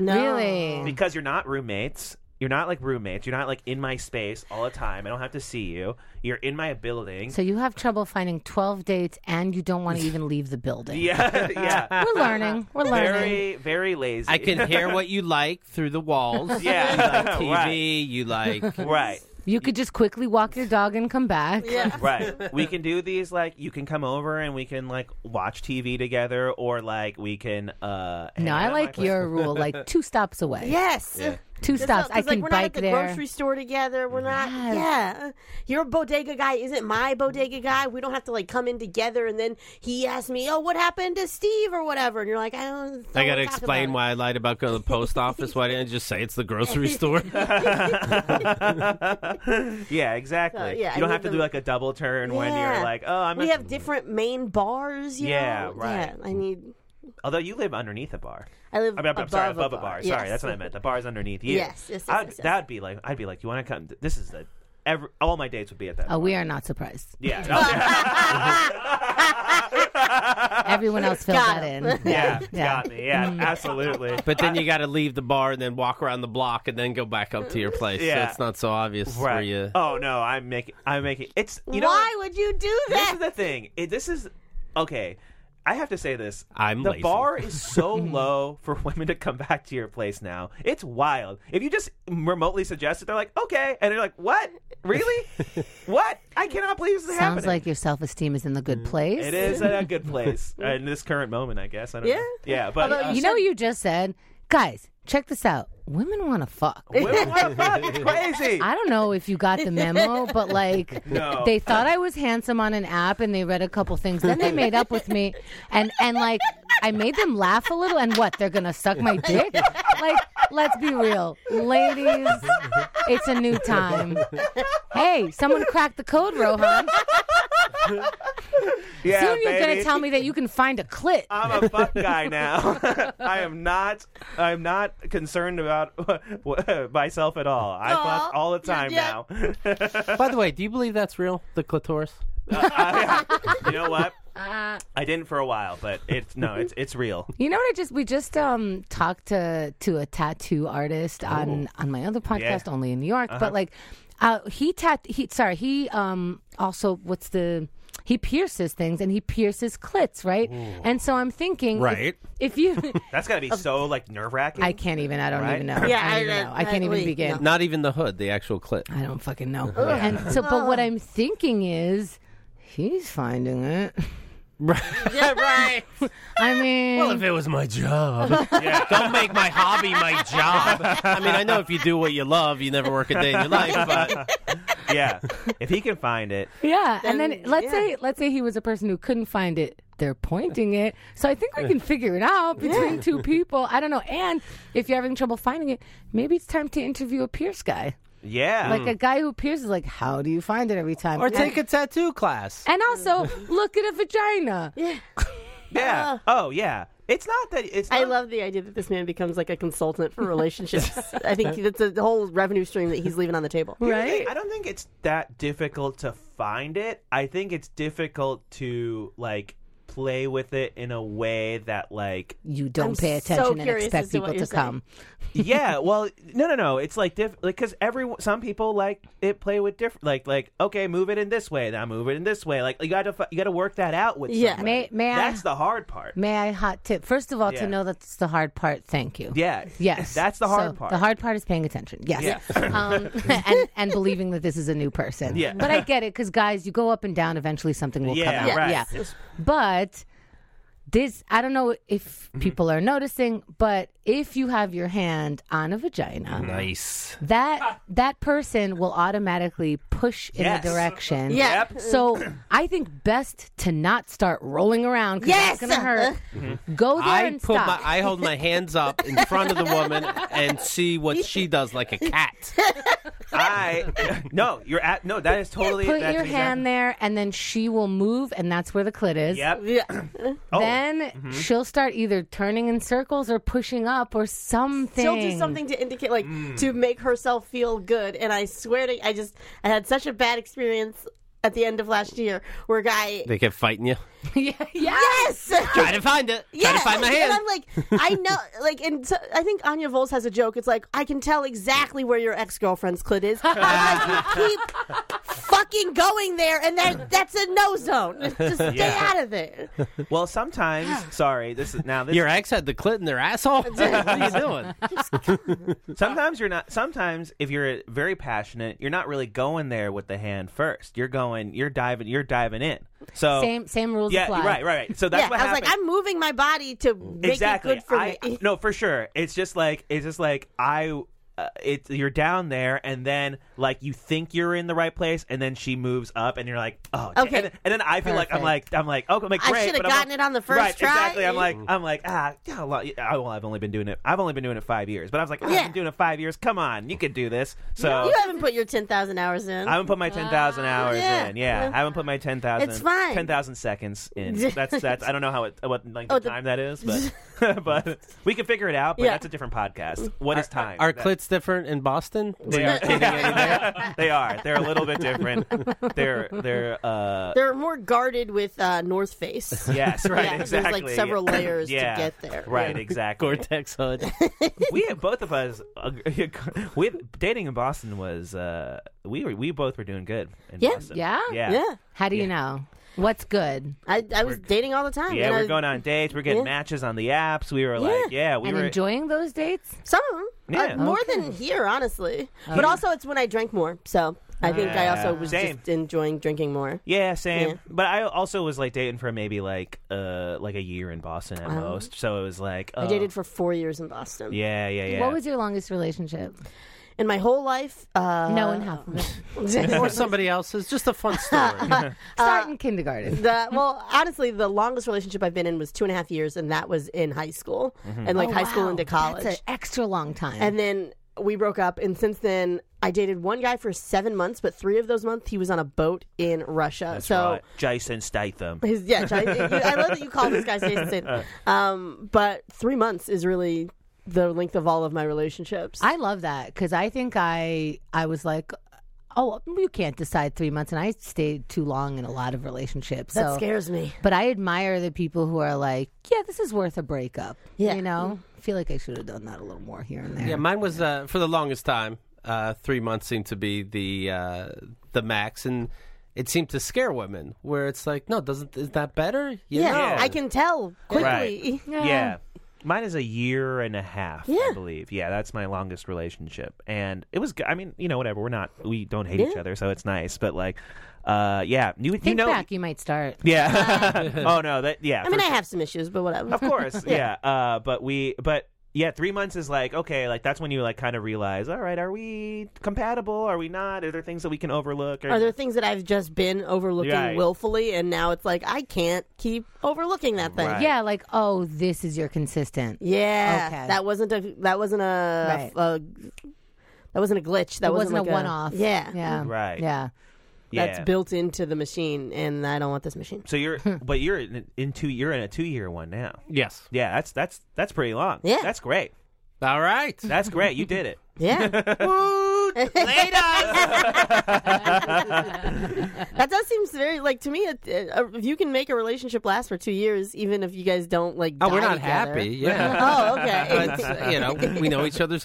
No.
really
because you're not roommates. You're not like roommates. You're not like in my space all the time. I don't have to see you. You're in my building.
so you have trouble finding 12 dates and you don't want to even leave the building
yeah, yeah.
we're learning we're learning
Very, very lazy.
I can hear what you like through the walls.
Yeah,
TV,
right.
you like
Right.
You could just quickly walk your dog and come back.
Yeah.
right. We can do these like you can come over and we can like watch TV together or like we can uh hang
No,
out
I
at my
like
place.
your rule, like two stops away.
Yes.
Two
That's
stops.
not-
I
'cause,
can
like, we're not
bike
at the
there.
grocery store together. We're not.
Yes.
Yeah, your bodega guy isn't my bodega guy. We don't have to like come in together and then he asks me, "Oh, what happened to Steve or whatever?" And you're like, "I don't." don't
I gotta
wanna talk
explain
about
why I lied about going to the post office. Why didn't I just say it's the grocery store?
yeah, exactly.
So, yeah, I
you don't
need
have to
them-
do like a double turn
it."
when
Yeah.
you're like, oh, I'm.
We
a-
have different main bars. You
Yeah,
know?
right.
Yeah, I need.
Although you live underneath a bar.
I live
I mean, I'm, I'm
above
sorry,
a
above a
bar.
bar. Sorry,
Yes.
that's what I meant. The bar's underneath you.
Yes, yes, yes,
I'd-
yes, yes.
That'd be like, I'd be like, you want to come? This is the. Every, all my dates would be at that.
Oh, we are not surprised.
Yeah. Oh,
Everyone else filled
Got
that in.
him.
yeah. Got me. Yeah.
Mm.
Absolutely.
but then you gotta leave the bar and then walk around the block and then go back up to your place.
Yeah.
So it's not so obvious for
Right.
you.
Oh no, I'm making. I'm making. It's you know.
why would you do
this is
that?
the thing. It, this is okay. I have to say this.
I'm
the
lazy.
bar is so
Mm-hmm.
low for women to come back to your place now. It's wild. If you just remotely suggest it, they're like, okay, and they're like, what? Really? what? I cannot believe this is
Sounds
happening.
like your self esteem is in the good place.
Mm. it is at a good place uh, in this current moment, I guess. I don't
Yeah.
know. Yeah, but uh,
Although
You know, what you just said, guys, check this out. Women want to fuck.
women want to fuck. It's crazy.
I don't know if you got the memo, but like
No.
they thought I was handsome on an app and they read a couple things. Then they made up with me and and like I made them laugh a little and what, they're gonna suck my dick? Like, let's be real. Ladies, it's a new time. Hey, someone cracked the code, Rohan.
yeah,
Soon you're
baby.
gonna tell me that you can find a clit.
I'm a fuck guy now. I am not. I'm not concerned about myself at all. I fuck
Aw,
all the time
yeah.
now. you
By the way, do you believe that's real? The clitoris?
know what? I didn't for a while, but it's no. It's it's real.
You know what? I just we just um talked to to a tattoo artist on on my other podcast,
Oh. Yeah. Uh-huh.
only in New York. But like, uh, he tat he sorry he um also what's the he pierces things and he pierces clits right. And so I'm thinking if-
Right.
if, you
That's gotta be so like nerve wracking.
I can't even I don't
Right.
even know
Yeah,
I,
I-
don't even know. I,
I-
can't even
wait,
begin.
Not even the hood, the actual clit.
I don't fucking know. And so, but what I'm thinking is he's finding it.
Yeah, right.
I mean,
it was my job, don't make my hobby my job. I mean, I know if you do what you love, you never work a day in your life, but
yeah. If he can find it,
Yeah, and then
Then-
let's
yeah.
say let's say he was a person who couldn't find it. They're pointing it, so I think we can figure it out between two people. I don't know. And if you're having trouble finding it, maybe it's time to interview a Pierce guy,
yeah.
like a guy who pierces. Like, how do you find it every time?
or
And-
take a tattoo class.
and also
Hmm.
look at a vagina.
yeah. Oh yeah. It's not that. It's.
Uh. I
not-
love the idea that this man becomes like a consultant for relationships. I think that's a whole revenue stream that he's leaving on the table.
Hmm.
Hey, I don't think it's that difficult to find it. I think it's difficult to like play with it in a way that like
You don't
I'm
pay
so
attention and
curious
expect
as to what
people to
you're
come.
yeah well no no no it's like diff like because every some people like it play with different like like okay move it in this way now move it in this way like you gotta fi- you gotta work that out with
Yeah.
somebody.
May- may I-
that's the hard part
May I hot tip? First of all, to
Yeah.
know that's the hard part. Thank you.
yeah
Yes.
that's the hard
So
part
The hard part is paying attention. Yes.
Yeah.
Um, and, and believing that this is a new person.
Yeah.
But I get it because, guys, you go up and down, eventually something will come
yeah
out.
right
Yeah. But this, I don't know if
Mm-hmm.
people are noticing, but if you have your hand on a vagina,
Nice.
that that person will automatically push
Yes.
in a direction.
Yeah.
So I think best to not start rolling around because
Yes.
it's going to hurt.
Mm-hmm.
Go there
I
and
put
stop.
my I hold my hands up in front of the woman and see what she does like a cat.
I no you're at no that is totally
Put
that's
your
exactly-
hand there, and then she will move, and that's where the clit is.
yep
Yeah.
oh
Then she'll start either turning in circles or pushing up or something.
She'll do something to indicate, like,
Hmm.
to make herself feel good. And I swear to, I just, I had such a bad experience at the end of last year where a guy.
They kept fighting you.
yeah, yeah.
yes.
Try to find it.
Yeah,
Try to find my
and
hand.
I'm like, I know, like, and so, I think Anya Vols has a joke. It's like, I can tell exactly where your ex girlfriend's clit is. I'm like, you keep fucking going there, and that that's a no zone. Just stay
Yeah.
out of there.
Well, sometimes, sorry, this is now this
Your ex had the clit in their asshole. what are you doing?
Sometimes you're not. Sometimes if you're very passionate, you're not really going there with the hand first. You're going. You're diving. You're diving in. So
Same- same rules
Oh. Yeah.
apply.
Right. Right. Right. So that's
yeah,
what
I was like,
happened.
I'm moving my body to make
exactly.
it good for
I,
me.
No, for sure. It's just like it's just like I. Uh, it you're down there, and then like you think you're in the right place, and then she moves up, and you're like, oh, damn.
Okay.
And, and then I feel like I'm like I'm like oh, I'm like
I
great,
shoulda
but I'm
gotten
al-
it on the first
right,
try.
Exactly. I'm like I'm like ah, yeah, well, I, well, I've only been doing it. I've only been doing it five years, but I was like, oh, I've
Yeah.
been doing it five years. Come on, you could do this. So
you haven't put your ten thousand hours in.
I haven't put my ten thousand hours
yeah.
in. Yeah, I haven't put my ten thousand.
It's fine.
Ten thousand seconds in. That's that's. I don't know how it what length
Oh,
of
the-
time that is, but but we can figure it out. But
Yeah.
that's a different podcast. What is time?
Are
That-
clits different in Boston?
They are. they are. They're a little bit different. They're they're uh.
They're more guarded with uh, North Face.
Yes, right,
Yeah,
exactly.
There's like several layers
Yeah,
to get there.
Right, exactly.
Gore-Tex hood.
we both of us ag- with dating in Boston was uh we were we both were doing good in
Yeah.
Boston.
Yeah?
Yeah.
Yeah.
How do you know? What's good?
I, I was dating all the time.
Yeah,
and
we
I,
we're going on dates. We're getting
Yeah.
matches on the apps. We were like, yeah, we
and
were.
enjoying those dates?
Some of them. Uh,
Yeah.
more than here, honestly. But also, it's when I drank more. So I think I also
Yeah.
was
Same.
just enjoying drinking more.
yeah, same.
Yeah.
But I also was like dating for maybe like uh like a year in Boston at most. So it was like
Oh. I
oh.
dated for four years in Boston.
Yeah, yeah, yeah.
What was your longest relationship?
In my whole life. Uh,
no one helped me.
or somebody else's. Just a fun story.
uh,
Start in kindergarten.
The, well, honestly, the longest relationship I've been in was two and a half years, and that was in high school,
Mm-hmm.
and like
Oh,
high school
wow.
into college.
That's an extra long time.
and then we broke up, and since then I dated one guy for seven months, but three of those months he was on a boat in Russia.
That's
so
right. Jason Statham.
His, yeah, Johnny, you- I love that you call this guy Jason
Uh.
Statham. Um, but three months is really the length of all of my relationships.
I love that because I think I I was like, oh, you can't decide three months, and I stayed too long in a lot of relationships.
that
so,
scares me.
but I admire the people who are like, yeah, this is worth a breakup.
Yeah.
you know, I feel like I should have done that a little more here and there.
yeah, mine was uh, for the longest time. Uh, three months seemed to be the uh, the max, and it seemed to scare women. Where it's like, no, doesn't is that better? You
Yeah,
know.
I can tell quickly.
Yeah. Mine is a year and a half, I believe. Yeah, that's my longest relationship. And it was g- I mean, you know, whatever. We're not we don't hate each other, so it's nice, but like uh yeah, you
Think
you know
back, you might start.
Yeah. oh no, that yeah.
I mean, I have some issues, but whatever.
of course yeah. uh but we but yeah three months is like okay like that's when you like kind of realize all right are we compatible are we not are there things that we can overlook or,
Are there things that I've just been overlooking
Right.
willfully, and now it's like I can't keep overlooking that thing?
Right.
Yeah, like oh, this is your consistent.
Yeah,
Okay.
that wasn't a that wasn't a,
Right.
a- that wasn't a glitch. That
it wasn't,
like
a one-off.
Yeah,
yeah,
Right.
Yeah,
that's
Yeah.
built into the machine, and I don't want this machine.
so you're but you're in, in two you're in a two year one now
Yes.
yeah that's that's that's pretty long
Yeah.
that's great
All right.
that's great you did it
Yeah. that does seem very like to me. It, it, uh, if you can make a relationship last for two years, even if you guys don't like,
Oh,
die
we're not
together.
happy. Yeah.
Oh, okay. Uh-huh.
But, you know, we know each other's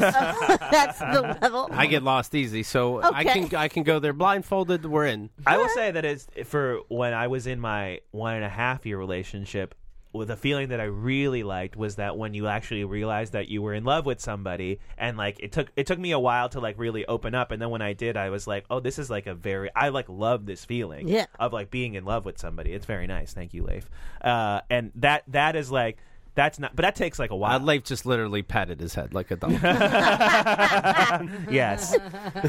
That's the level.
I get lost easy, so I
Okay.
can I can go there blindfolded. We're in.
I will say that it's for when I was in my one and a half year relationship. With the feeling that I really liked was that when you actually realized that you were in love with somebody, and like it took it took me a while to like really open up, and then when I did, I was like, oh, this is like a very I like love this feeling
Yeah.
of like being in love with somebody. It's very nice, thank you, Leif. Uh, and that that is like that's not, but that takes like a
Uh,
while.
Leif just literally patted his head like a dog.
yes,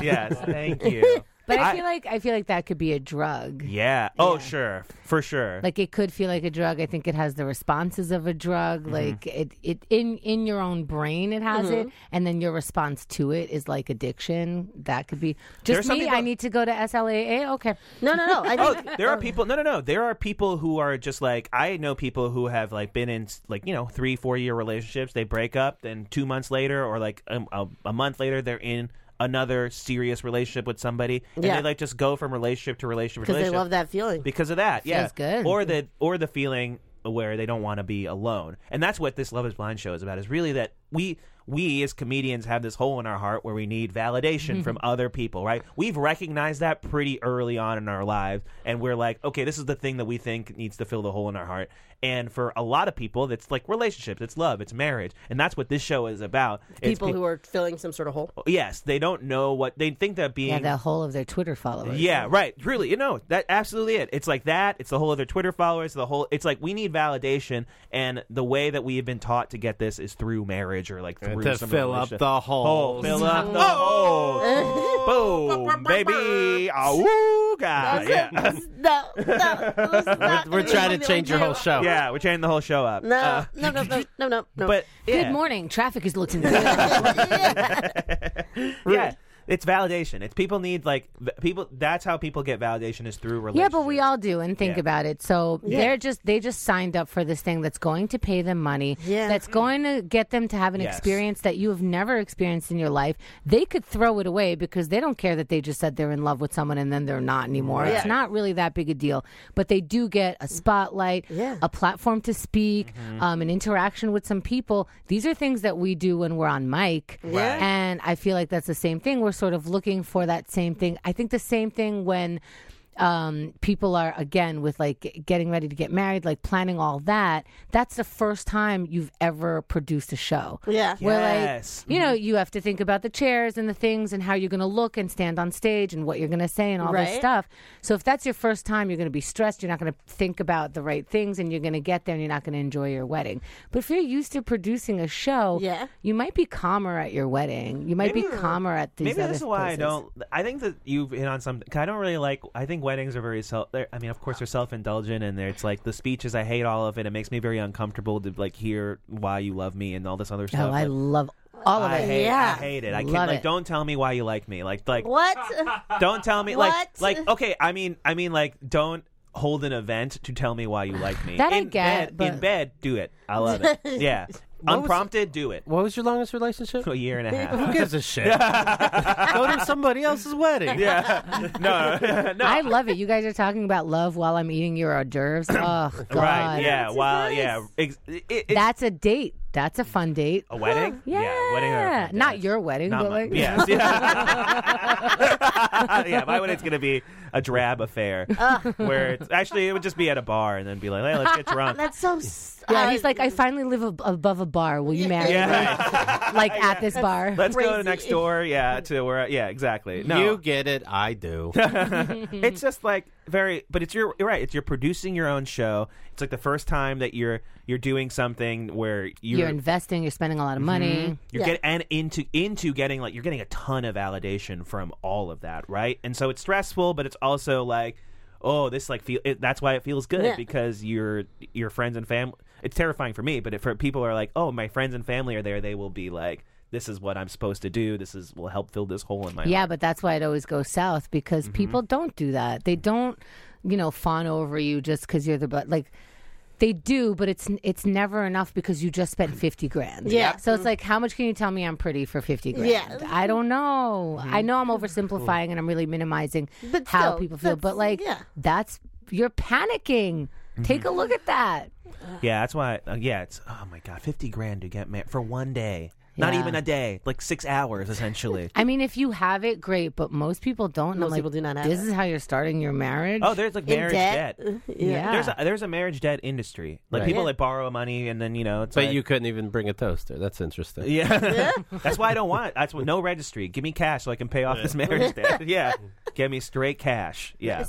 yes, thank you.
but I,
I-
feel like I feel like that could be a drug.
Yeah. Oh, sure, for sure.
like it could feel like a drug i think it has the responses of a drug
Mm-hmm.
like it, it in in your own brain it has
Mm-hmm.
it and then your response to it is like addiction that could be
There are
just
some
me i
people-
need to go to slaa okay
No, no, no. I
oh,
think,
there are people. No, no, no. There are people who are just like I know people who have like been in like you know three, four year relationships. They break up, then two months later, or like a, a, a month later, they're in another serious relationship with somebody, and
Yeah.
they like just go from relationship to relationship to
because they
relationship
love that feeling.
because of that. Yeah,
Feels good.
Or the or the feeling where they don't want to be alone, and that's what this Love Is Blind show is about. Is really that we we as comedians have this hole in our heart where we need validation from other people, right? We've recognized that pretty early on in our lives, and we're like, okay, this is the thing that we think needs to fill the hole in our heart. And for a lot of people, that's like relationships, it's love, it's marriage, and that's what this show is about. It's
People
pe-
who are filling some sort of hole.
yes, they don't know what they think that being
Yeah, the whole of their Twitter followers.
yeah, right. Really, you know, that absolutely it. It's like that. It's the whole other Twitter followers. The whole. It's like we need validation, and the way that we have been taught to get this is through marriage or like through
to
some
fill up
relationship.
the
hole.
holes.
Fill up the
Oh.
hole. Boom, baby. Awooga. Yeah.
No, no, this is not-
We're trying to change your whole show.
yeah, we're changing the whole show up.
No,
Uh,
no, no, no, no, no, no.
but yeah.
Good morning. Traffic is looking good.
Yeah. It's validation. It's people need like v- people. That's how people get validation is through relationships.
yeah, but we all do and think
Yeah.
about it. So they're just they just signed up for this thing that's going to pay them money.
Yeah.
That's going to get them to have an
Yes.
experience that you have never experienced in your life. They could throw it away because they don't care that they just said they're in love with someone and then they're not anymore. It's
Right.
not really that big a deal. But they do get a spotlight,
Yeah.
a platform to speak, um, an interaction with some people. These are things that we do when we're on mic.
Yeah.
And I feel like that's the same thing. We're sort of looking for that same thing. I think the same thing when um, people are, again, with like getting ready to get married, like planning all that. That's the first time you've ever produced a show.
Yeah.
Where
Yes.
like, you know, you have to think about the chairs and the things and how you're going to look and stand on stage and what you're going to say and all this
Right.
stuff. So if that's your first time, you're going to be stressed. You're not going to think about the right things and you're going to get there and you're not going to enjoy your wedding. But if you're used to producing a show,
Yeah.
you might be calmer at your wedding. You might be calmer at these
Maybe
other
this is why
places.
I don't. I think that you've hit on something. 'cause I don't really like. I think weddings are very self. they're- I mean, of course, they're self indulgent, and they're, it's like the speeches. I hate all of it. It makes me very uncomfortable to like hear why you love me and all this other stuff.
Oh, I
Like,
love all of
I
it.
hate.
Yeah.
I hate it. I
Love
can't. Like,
it.
don't tell me why you like me. Like, like,
what?
don't tell me.
What?
Like, like, okay. I mean, I mean, like, don't hold an event to tell me why you like me.
That I
in
get,
Bed,
but-
In bed, do it. I love it. Yeah. Unprompted, do it.
What was your longest relationship?
A year
Oh
and a half.
Who gives a shit? Go to somebody else's wedding.
yeah. No. no.
I love it. You guys are talking about love while I'm eating your hors d'oeuvres. Oh, God.
Right. Yeah. Well. Yeah. Ex- it, it's
That's a date. That's a fun date.
a wedding.
Yeah.
Wedding. Or a dance.
Not your wedding,
Not
but
my-
like.
yes. Yeah. yeah. My wedding's gonna be a drab affair,
Uh.
where it's, actually it would just be at a bar and then be like, hey, let's get drunk.
That's so. s-
Yeah,
uh,
he's like, I finally live ab- above a bar. Will you marry
Yeah.
me? Like at this bar.
Let's go
Crazy.
next door. Yeah. To where. Yeah. Exactly. No.
You get it, I do.
it's just like very but it's your you're right it's you're producing your own show it's like the first time that you're you're doing something where you're,
You're investing. You're spending a lot of money.
You're get and into into getting like you're getting a ton of validation from all of that, right? And so it's stressful, but it's also like, oh, this like feel. It, that's why it feels good
Yeah.
because your your friends and family. It's terrifying for me, but if for people are like, oh, my friends and family are there, they will be like, this is what I'm supposed to do. This is will help fill this hole in my
Yeah,
life.
but that's why it always goes south because people don't do that. They don't, you know, fawn over you just because you're the but like. They do, but it's it's never enough because you just spent fifty grand.
Yeah.
So it's like, how much can you tell me I'm pretty for fifty grand?
Yeah.
I don't know. I know I'm oversimplifying and I'm really minimizing
But
how
still,
people feel,
that's-
but like,
yeah.
that's you're panicking. Take a look at that.
Yeah, that's why. Uh, yeah, it's oh my god, fifty grand to get married for one day, not
Yeah.
even a day, like six hours essentially.
I mean, if you have it, great, but most people don't. and I'm
Most
like,
people do not have
This
it.
is how you're starting your marriage.
oh, there's like marriage
debt?
debt.
yeah.
There's a, there's a marriage debt industry. Like people that borrow money and then you know. It's
But
like,
you couldn't even bring a toaster. That's interesting.
Yeah. That's why I don't want. That's what no registry. Give me cash so I can pay off this marriage debt. Yeah. Give me straight cash. Yeah.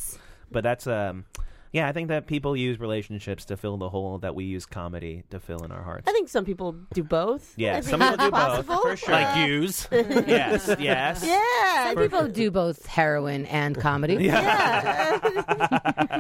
But that's um. Yeah, I think that people use relationships to fill the hole that we use comedy to fill in our hearts.
I think some people do both. I
Yeah,
think
some people
that's
do both
possible.
for sure.
Like yous.
yes, yes.
Yeah.
People do both heroin and comedy.
Yeah.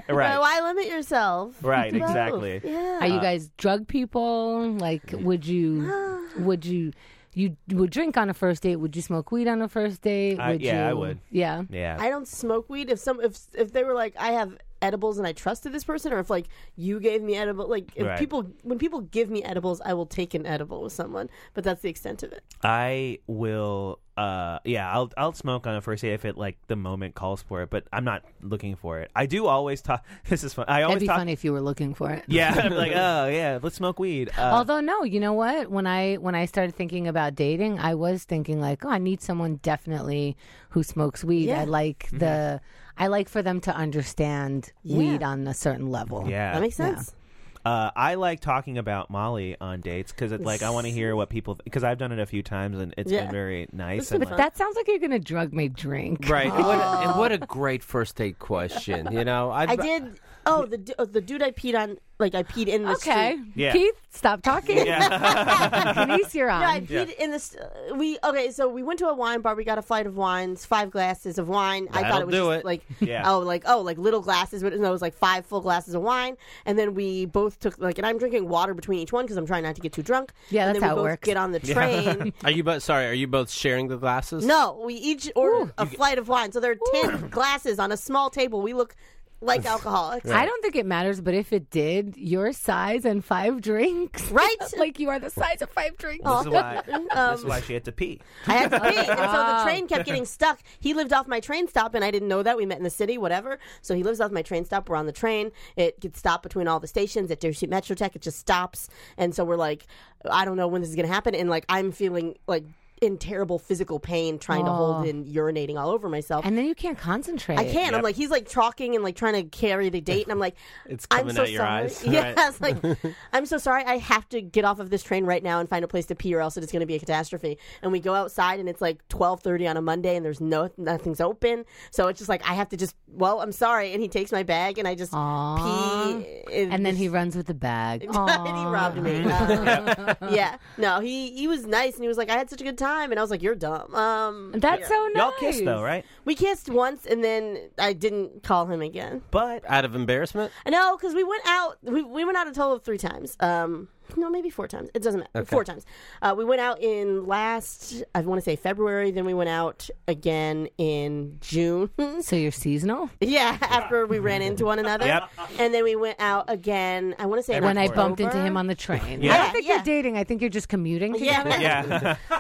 Right,
Why limit yourself?
right,
Do both.
exactly.
Yeah.
Are you guys drug people? Like, would you, would you, you would drink on a first date? Would you smoke weed on a first date?
I- yeah, I
you-
would.
Yeah.
Yeah,
I don't smoke weed. If some if if they were like, I have edibles and I trusted this person, or if like you gave me edible. Like if
Right.
people when people give me edibles, I will take an edible with someone, but that's the extent of it.
I will. Uh, yeah, I'll I'll smoke on a first date if it like the moment calls for it, but I'm not looking for it. I do always talk. This is fun. I always
That'd be
talk.
funny if you were looking for it.
Yeah, I'm like, oh yeah, let's smoke weed. Uh,
Although no, you know what? When I when I started thinking about dating, I was thinking like, oh, I need someone definitely who smokes weed.
Yeah.
I like
Mm-hmm.
the I like for them to understand weed on a certain level.
yeah,
That makes sense.
Uh, I like talking about Molly on dates because it's like I want to hear what people because I've done it a few times and it's
Yeah.
been very nice.
It's been
And,
fun.
like,
That sounds like you're gonna drug me drink.
Right. And what, and what a great first date question. You know, I'd,
I did. Oh, the du- oh, the dude I peed on, like I peed in the
Okay.
street.
Yeah.
Keith, stop talking. Denise, you're on.
No, I peed in the. St- uh, we okay, so we went to a wine bar. We got a flight of wines, five glasses of wine. I thought
That'll
it was
do
just
it.
like
Yeah.
oh, like oh, like little glasses, but no, it was like five full glasses of wine. And then we both took like, and I'm drinking water between each one because I'm trying not to get too drunk.
Yeah,
and
that's
then we
how it
both
works.
Get on the train.
Are you both sorry? Are you both sharing the glasses?
No, we each ordered a flight of wine. So there are ten glasses on a small table. We look like alcoholics.
I don't think it matters, but if it did, your size and five drinks.
Right?
like you are the size of five drinks.
this is why this is
Um,
why she had to pee.
I had to pee, and so the train kept getting stuck. He lived off my train stop, and I didn't know that. We met in the city, whatever. So he lives off my train stop. We're on the train. It gets stopped between all the stations at Jersey Metrotech. It just stops, and so we're like, I don't know when this is gonna happen, and like I'm feeling like in terrible physical pain, trying to hold in urinating all over myself.
And then you can't concentrate.
I can't. I'm like, he's like talking and like trying to carry the date, and I'm like,
It's
I'm
coming
so
out your
sorry.
eyes.
Yeah,
Right.
it's like, I'm so sorry. I have to get off of this train right now and find a place to pee, or else it is going to be a catastrophe. And we go outside, and it's like 12:30 on a Monday, and there's no nothing's open, so it's just like I have to just. Well, I'm sorry, and he takes my bag, and I just
Aw.
pee. in-
And then he runs with the bag.
and he robbed me. Uh, yeah, no, he he was nice, and he was like, I had such a good time, and I was like, you're dumb. Um,
That's so Oh, nice.
Y'all kissed though, right?
we kissed once, and then I didn't call him again.
But
Out of embarrassment?
No, because we went out. We, we went out a total of three times. Um, no, maybe four times. It doesn't matter. Four times. Uh, we went out in last. I want to say February. Then we went out again in June.
So you're seasonal?
yeah, after we ran into one another.
Yep.
And then we went out again. I want to say in
When I
October.
bumped into him on the train.
Yeah.
I don't think
Yeah, yeah.
you're dating. I think you're just commuting.
Yeah. Uh,
together.
yeah,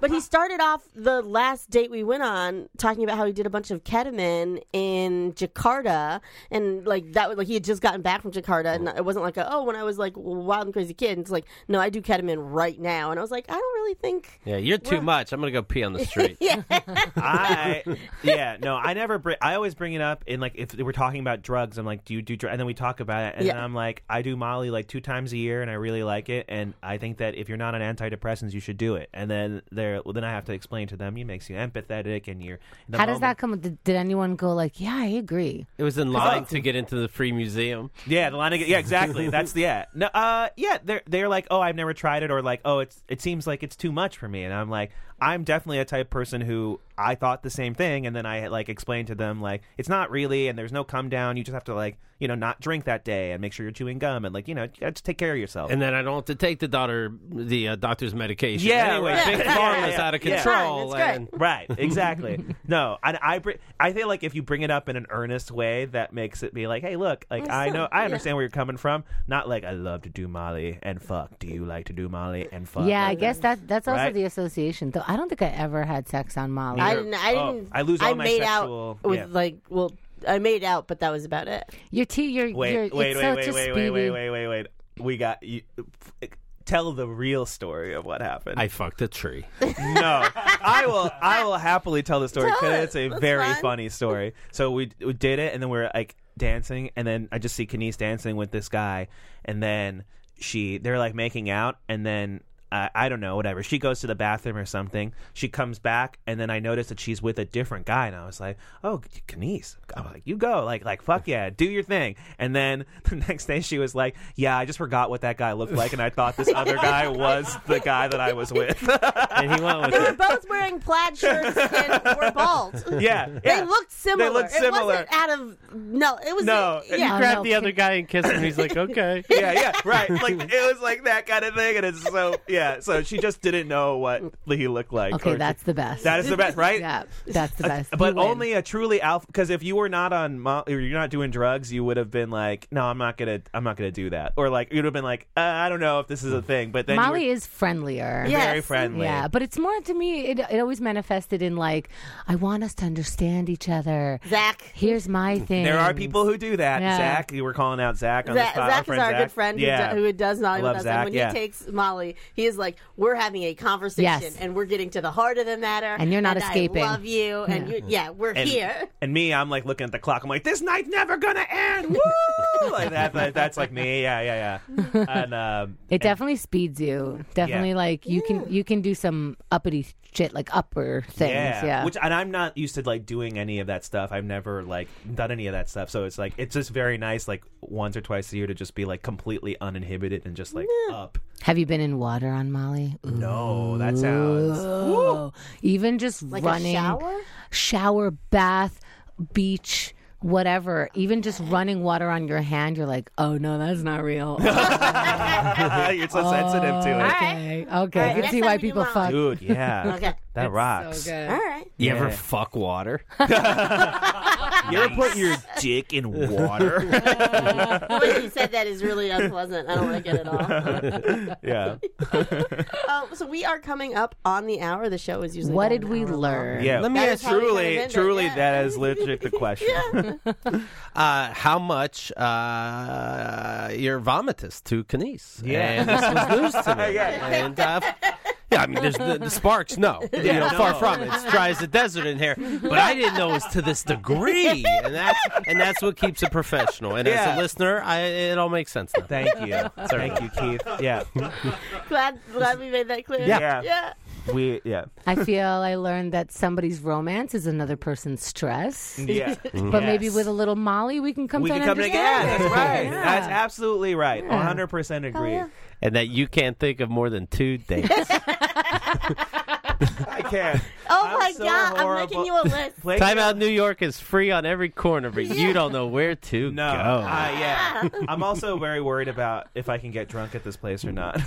But he started off the last date we went on talking about how he did a bunch of ketamine in Jakarta, and like that was like he had just gotten back from Jakarta, and it wasn't like a, oh when I was like a wild and crazy kid. And it's like no, I do ketamine right now, and I was like I don't really think.
Yeah, you're too much. I'm gonna go pee on the street.
Yeah,
I yeah no, I never. Br- I always bring it up in like if we're talking about drugs. I'm like, do you do drugs? And then we talk about it, and
Yeah.
then I'm like, I do Molly like two times a year, and I really like it. And I think that if you're not on antidepressants, you should do it. And then there, well, then I have to explain to them, you makes you empathetic, and you're. in the
How does that
moment-
come? Did, did anyone go like, yeah, I agree?
It was in line to get into the free museum.
Yeah, the line of yeah, exactly. That's the yeah. No, uh, yeah, they're they're like, oh, I've never tried it, or like, oh, it's it seems like it's too much for me, and I'm like, I'm definitely a type of person who I thought the same thing, and then I like explained to them like it's not really, and there's no come down. You just have to like you know not drink that day and make sure you're chewing gum and like you know just take care of yourself.
And then I don't have to take the daughter, the uh, doctor's medication.
Yeah,
anyway,
right.
Big
Yeah,
Pharma's
yeah,
out of
yeah.
control.
It's fine,
and-
Right, exactly. no, and I br- I feel like if you bring it up in an earnest way, that makes it be like, hey, look, like I know, I understand where you're coming from. Not like I love to do Molly and fuck. Do you like to do Molly and fuck?
yeah, I
Like,
guess that that's also
Right.
the association. Though I don't think I ever had sex on Molly.
I didn't. I
Oh,
didn't.
I lose all my
made
sexual-
out with
yeah.
like well, I made out, but that was about it.
your tea, your your
Wait, wait,
it's
wait,
such
wait,
a
wait,
speedy.
wait, wait, wait, wait, wait. We got you. Tell the real story of what happened.
I fucked a tree.
no, I will. I will happily tell the story
Tell
because
it.
it's a
That's
very
fun.
funny story. So we, we did it, and then we were like dancing, and then I just see Kenise dancing with this guy, and then she, they're like making out, and then. Uh, I don't know, whatever. She goes to the bathroom or something. She comes back, and then I notice that she's with a different guy, and I was like, "Oh, Kenise, I'm like, you go, like, like, fuck yeah, do your thing." And then the next day, she was like, "Yeah, I just forgot what that guy looked like, and I thought this other guy was the guy that I was with."
And he went with
They were
it.
both wearing plaid shirts and were bald.
yeah, yeah.
They looked similar.
They looked
It
similar.
wasn't out of no. It was
No,
yeah.
Oh,
Grabbed
no,
the other
can-
guy and kissed him. He's like, okay.
yeah, yeah, right. Like it was like that kind of thing, and it's so yeah. yeah. So she just didn't know what he looked like.
Okay,
or-
that's the best.
that is the best, right?
yeah, that's the
A-
best.
but
You win.
only a truly alpha. Because if you were not on, mo- or you're not doing drugs, you would have been like, "No, I'm not gonna, I'm not gonna do that." Or like, you'd have been like, uh, "I don't know if this is a thing." But then
Molly
you
is friendlier.
were
Yeah.
very
Yes.
friendly.
Yeah, but it's more to me. It, it always manifested in like, I want us to understand each other.
Zach.
Here's my thing.
There are people who do that.
Yeah.
Zach, you were calling out Zach on the
Zach,
spot.
Zach is our
Zach.
good friend
Yeah.
who, do, who does
I
Naughty
love
with us.
Zach,
and when
yeah.
he takes Molly, he is like, "We're having a conversation,
Yes.
and we're getting to the heart of the matter,
And you're not
I
escaping."
love you, and you, yeah, we're
and,
here."
and me, I'm like looking at the clock. I'm like, this night's never gonna end. Woo! like that, that- that's like me. Yeah, yeah, yeah. And um,
It definitely speeds you. Definitely,
Yeah.
like you can you can do some uppity shit, like upper things. Yeah,
yeah, Which and I'm not used to like doing any of that stuff. I've never like done any of that stuff. So it's like it's just very nice, like once or twice a year, to just be like completely uninhibited and just like up.
Have you been in water on Molly? Ooh.
No, that sounds.
Oh, even just
Like a
running
shower?
shower, bath, beach, whatever. Even just running water on your hand, you're like, oh no, that's not real.
You're so sensitive to it,
okay, okay,
right,
I can
next
see
time
why
we do
people
Molly.
fuck.
dude. Yeah,
Okay.
that rocks.
So good.
All right.
You ever
Yeah.
fuck water?
You ever put your dick in water?
The way you said that is really unpleasant. I don't like it at all.
yeah.
Oh, so we are coming up on the hour. The show is usually
What
about
did
an
we
hour long.
learn?
Yeah.
Let me
That
ask
is how we kind of
truly,
end it,
truly,
yeah.
that is legit the question.
uh, how much uh, your vomitus to Kines.
Yeah.
And this was news to me. And, uh, yeah, I mean, there's the, the sparks. No, you know, far
no.
from it. It's dry as a desert in here. But I didn't know it was to this degree, and that's and that's what keeps it professional. And as
Yeah.
a listener, I, it all makes sense now.
Thank you. Thank you, Keith. Yeah.
Glad, glad we made that clear.
Yeah.
Yeah.
We yeah.
I feel I learned that somebody's romance is another person's stress.
Yeah.
But maybe with a little Molly, we can come
Mm, we
to
can
an
come to yeah,
understanding.
that's right.
Yeah.
That's absolutely right. 100% agree.
And that you can't think of more than two dates.
I can.
Oh
I'm
my
so
god! I'm
horrible.
making you a list.
Play
Time Out New York is free on every corner, but you don't know where to
No.
go.
Uh, yeah. I'm also very worried about if I can get drunk at this place or not.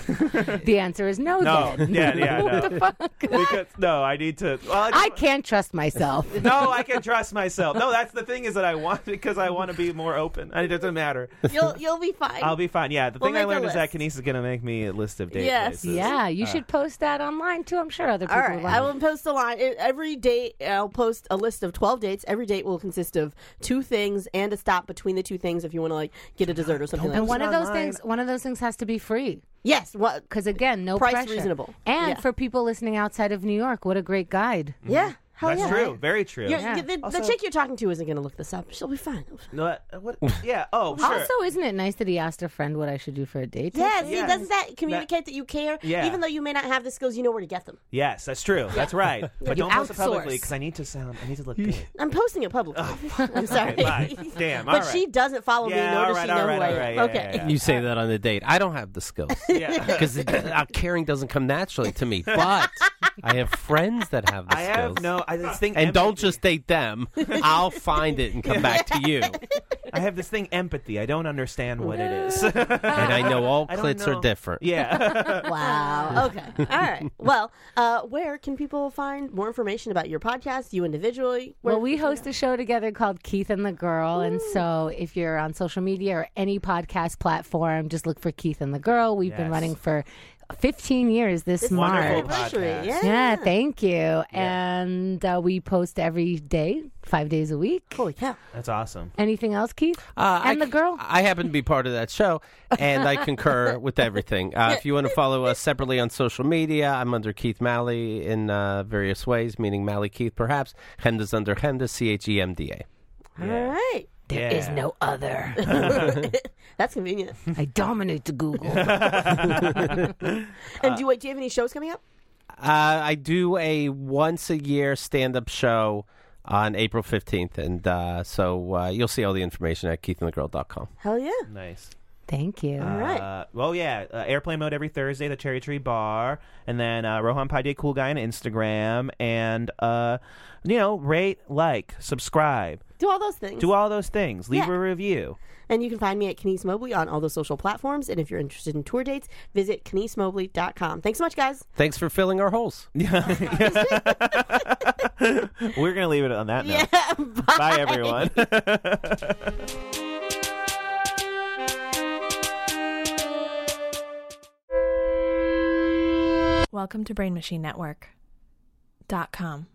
The answer is no.
no.
Then.
Yeah, yeah, no. Because, no, I need to well, I,
I can't trust myself.
No, I can trust myself. No, that's the thing is that I want because I want to be more open. I- It doesn't matter.
You'll, you'll be fine.
I'll be fine. Yeah, the
We'll
thing I
make a
learned is that Kinesis
list.
is going to make me a list of date
Yes.
places.
yeah, you
Uh.
should post that online too. I'm sure other people
All right,
would
I
like
will post a line e- every date. I'll post a list of twelve dates. Every date will consist of two things and a stop between the two things if you want to like get a dessert or something.
it.
like
And
that.
one of those
online.
things, one of those things has to be free.
Yes, what?
Mm-hmm.
Because again, no
Price
pressure.
reasonable.
And
Yeah.
for people listening outside of New York, what a great guide.
Yeah, hell
That's
yeah.
true. Very true.
You're-
Yeah.
you- The, the chick you're talking to isn't going to look this up. She'll be fine.
No, that- what, yeah. Oh, sure.
Also, isn't it nice that he asked a friend what I should do for a date?
Yeah, see,
Yeah.
doesn't that communicate that, you care?
Yeah.
Even though you may not have the skills, you know where to get them.
Yes, that's true. That's right. But
You
don't post it publicly
outsource.
because I need to sound. I need to look good.
I'm posting it publicly. I'm sorry.
Okay, bye. Damn.
but
all
she
Oh. right.
doesn't follow
Yeah,
me, nor
all
does
right,
she
all
know
right,
who I
all
am.
right, yeah,
okay.
yeah, yeah.
You say that on the date. I don't have the skills.
Yeah.
because uh, caring doesn't come naturally to me. But I have friends that have the
I
skills.
have no. I this thing
and don't
empathy.
just date them. I'll find it and come back to you.
I have this thing empathy. I don't understand what it is.
And I know all
I don't
clits
know.
are different.
yeah.
Wow. Okay. All right. Well, uh, where can people find more information about your podcast, you individually? Where-
Well, we host a show together called Keith and the Girl. And so if you're on social media or any podcast platform, just look for Keith and the Girl. We've been
Yes.
running for 15 years this
Wonderful
March.
anniversary.
podcast.
Yeah.
Ah. Yeah, thank you. And uh, we post every day, five days a week.
Holy cow.
That's awesome.
Anything else, Keith?
Uh,
and
I,
the girl?
I happen to be part of that show, and I concur with everything. Uh, if you want to follow us separately on social media, I'm under Keith Malley in uh, various ways, meaning Malley Keith, perhaps. Hemda's under Hemda, C H E M D A.
All right.
there
yeah.
is no other.
That's convenient.
Uh,
I dominate the Google.
And do, wait, do you have any shows coming up?
Uh, I do a once a year stand up show on April 15th. And uh, so uh, you'll see all the information at keithandthegirl.com.
Hell yeah.
Nice.
Thank you.
All right.
Uh, well, yeah. Uh, airplane mode every Thursday, the Cherry Tree Bar, and then uh, Rohan Paide, cool guy on Instagram, and uh, you know, rate, like, subscribe,
Do all those things.
Do all those things. Leave
Yeah.
a review.
And you can find me at Kenise Mobley on all the social platforms. And if you're interested in tour dates, visit KeniseMobley.com. Thanks so much, guys.
Thanks for filling our holes.
We're going to leave it on that note.
bye.
Bye, everyone.
Welcome to Brain Machine Network. dot com.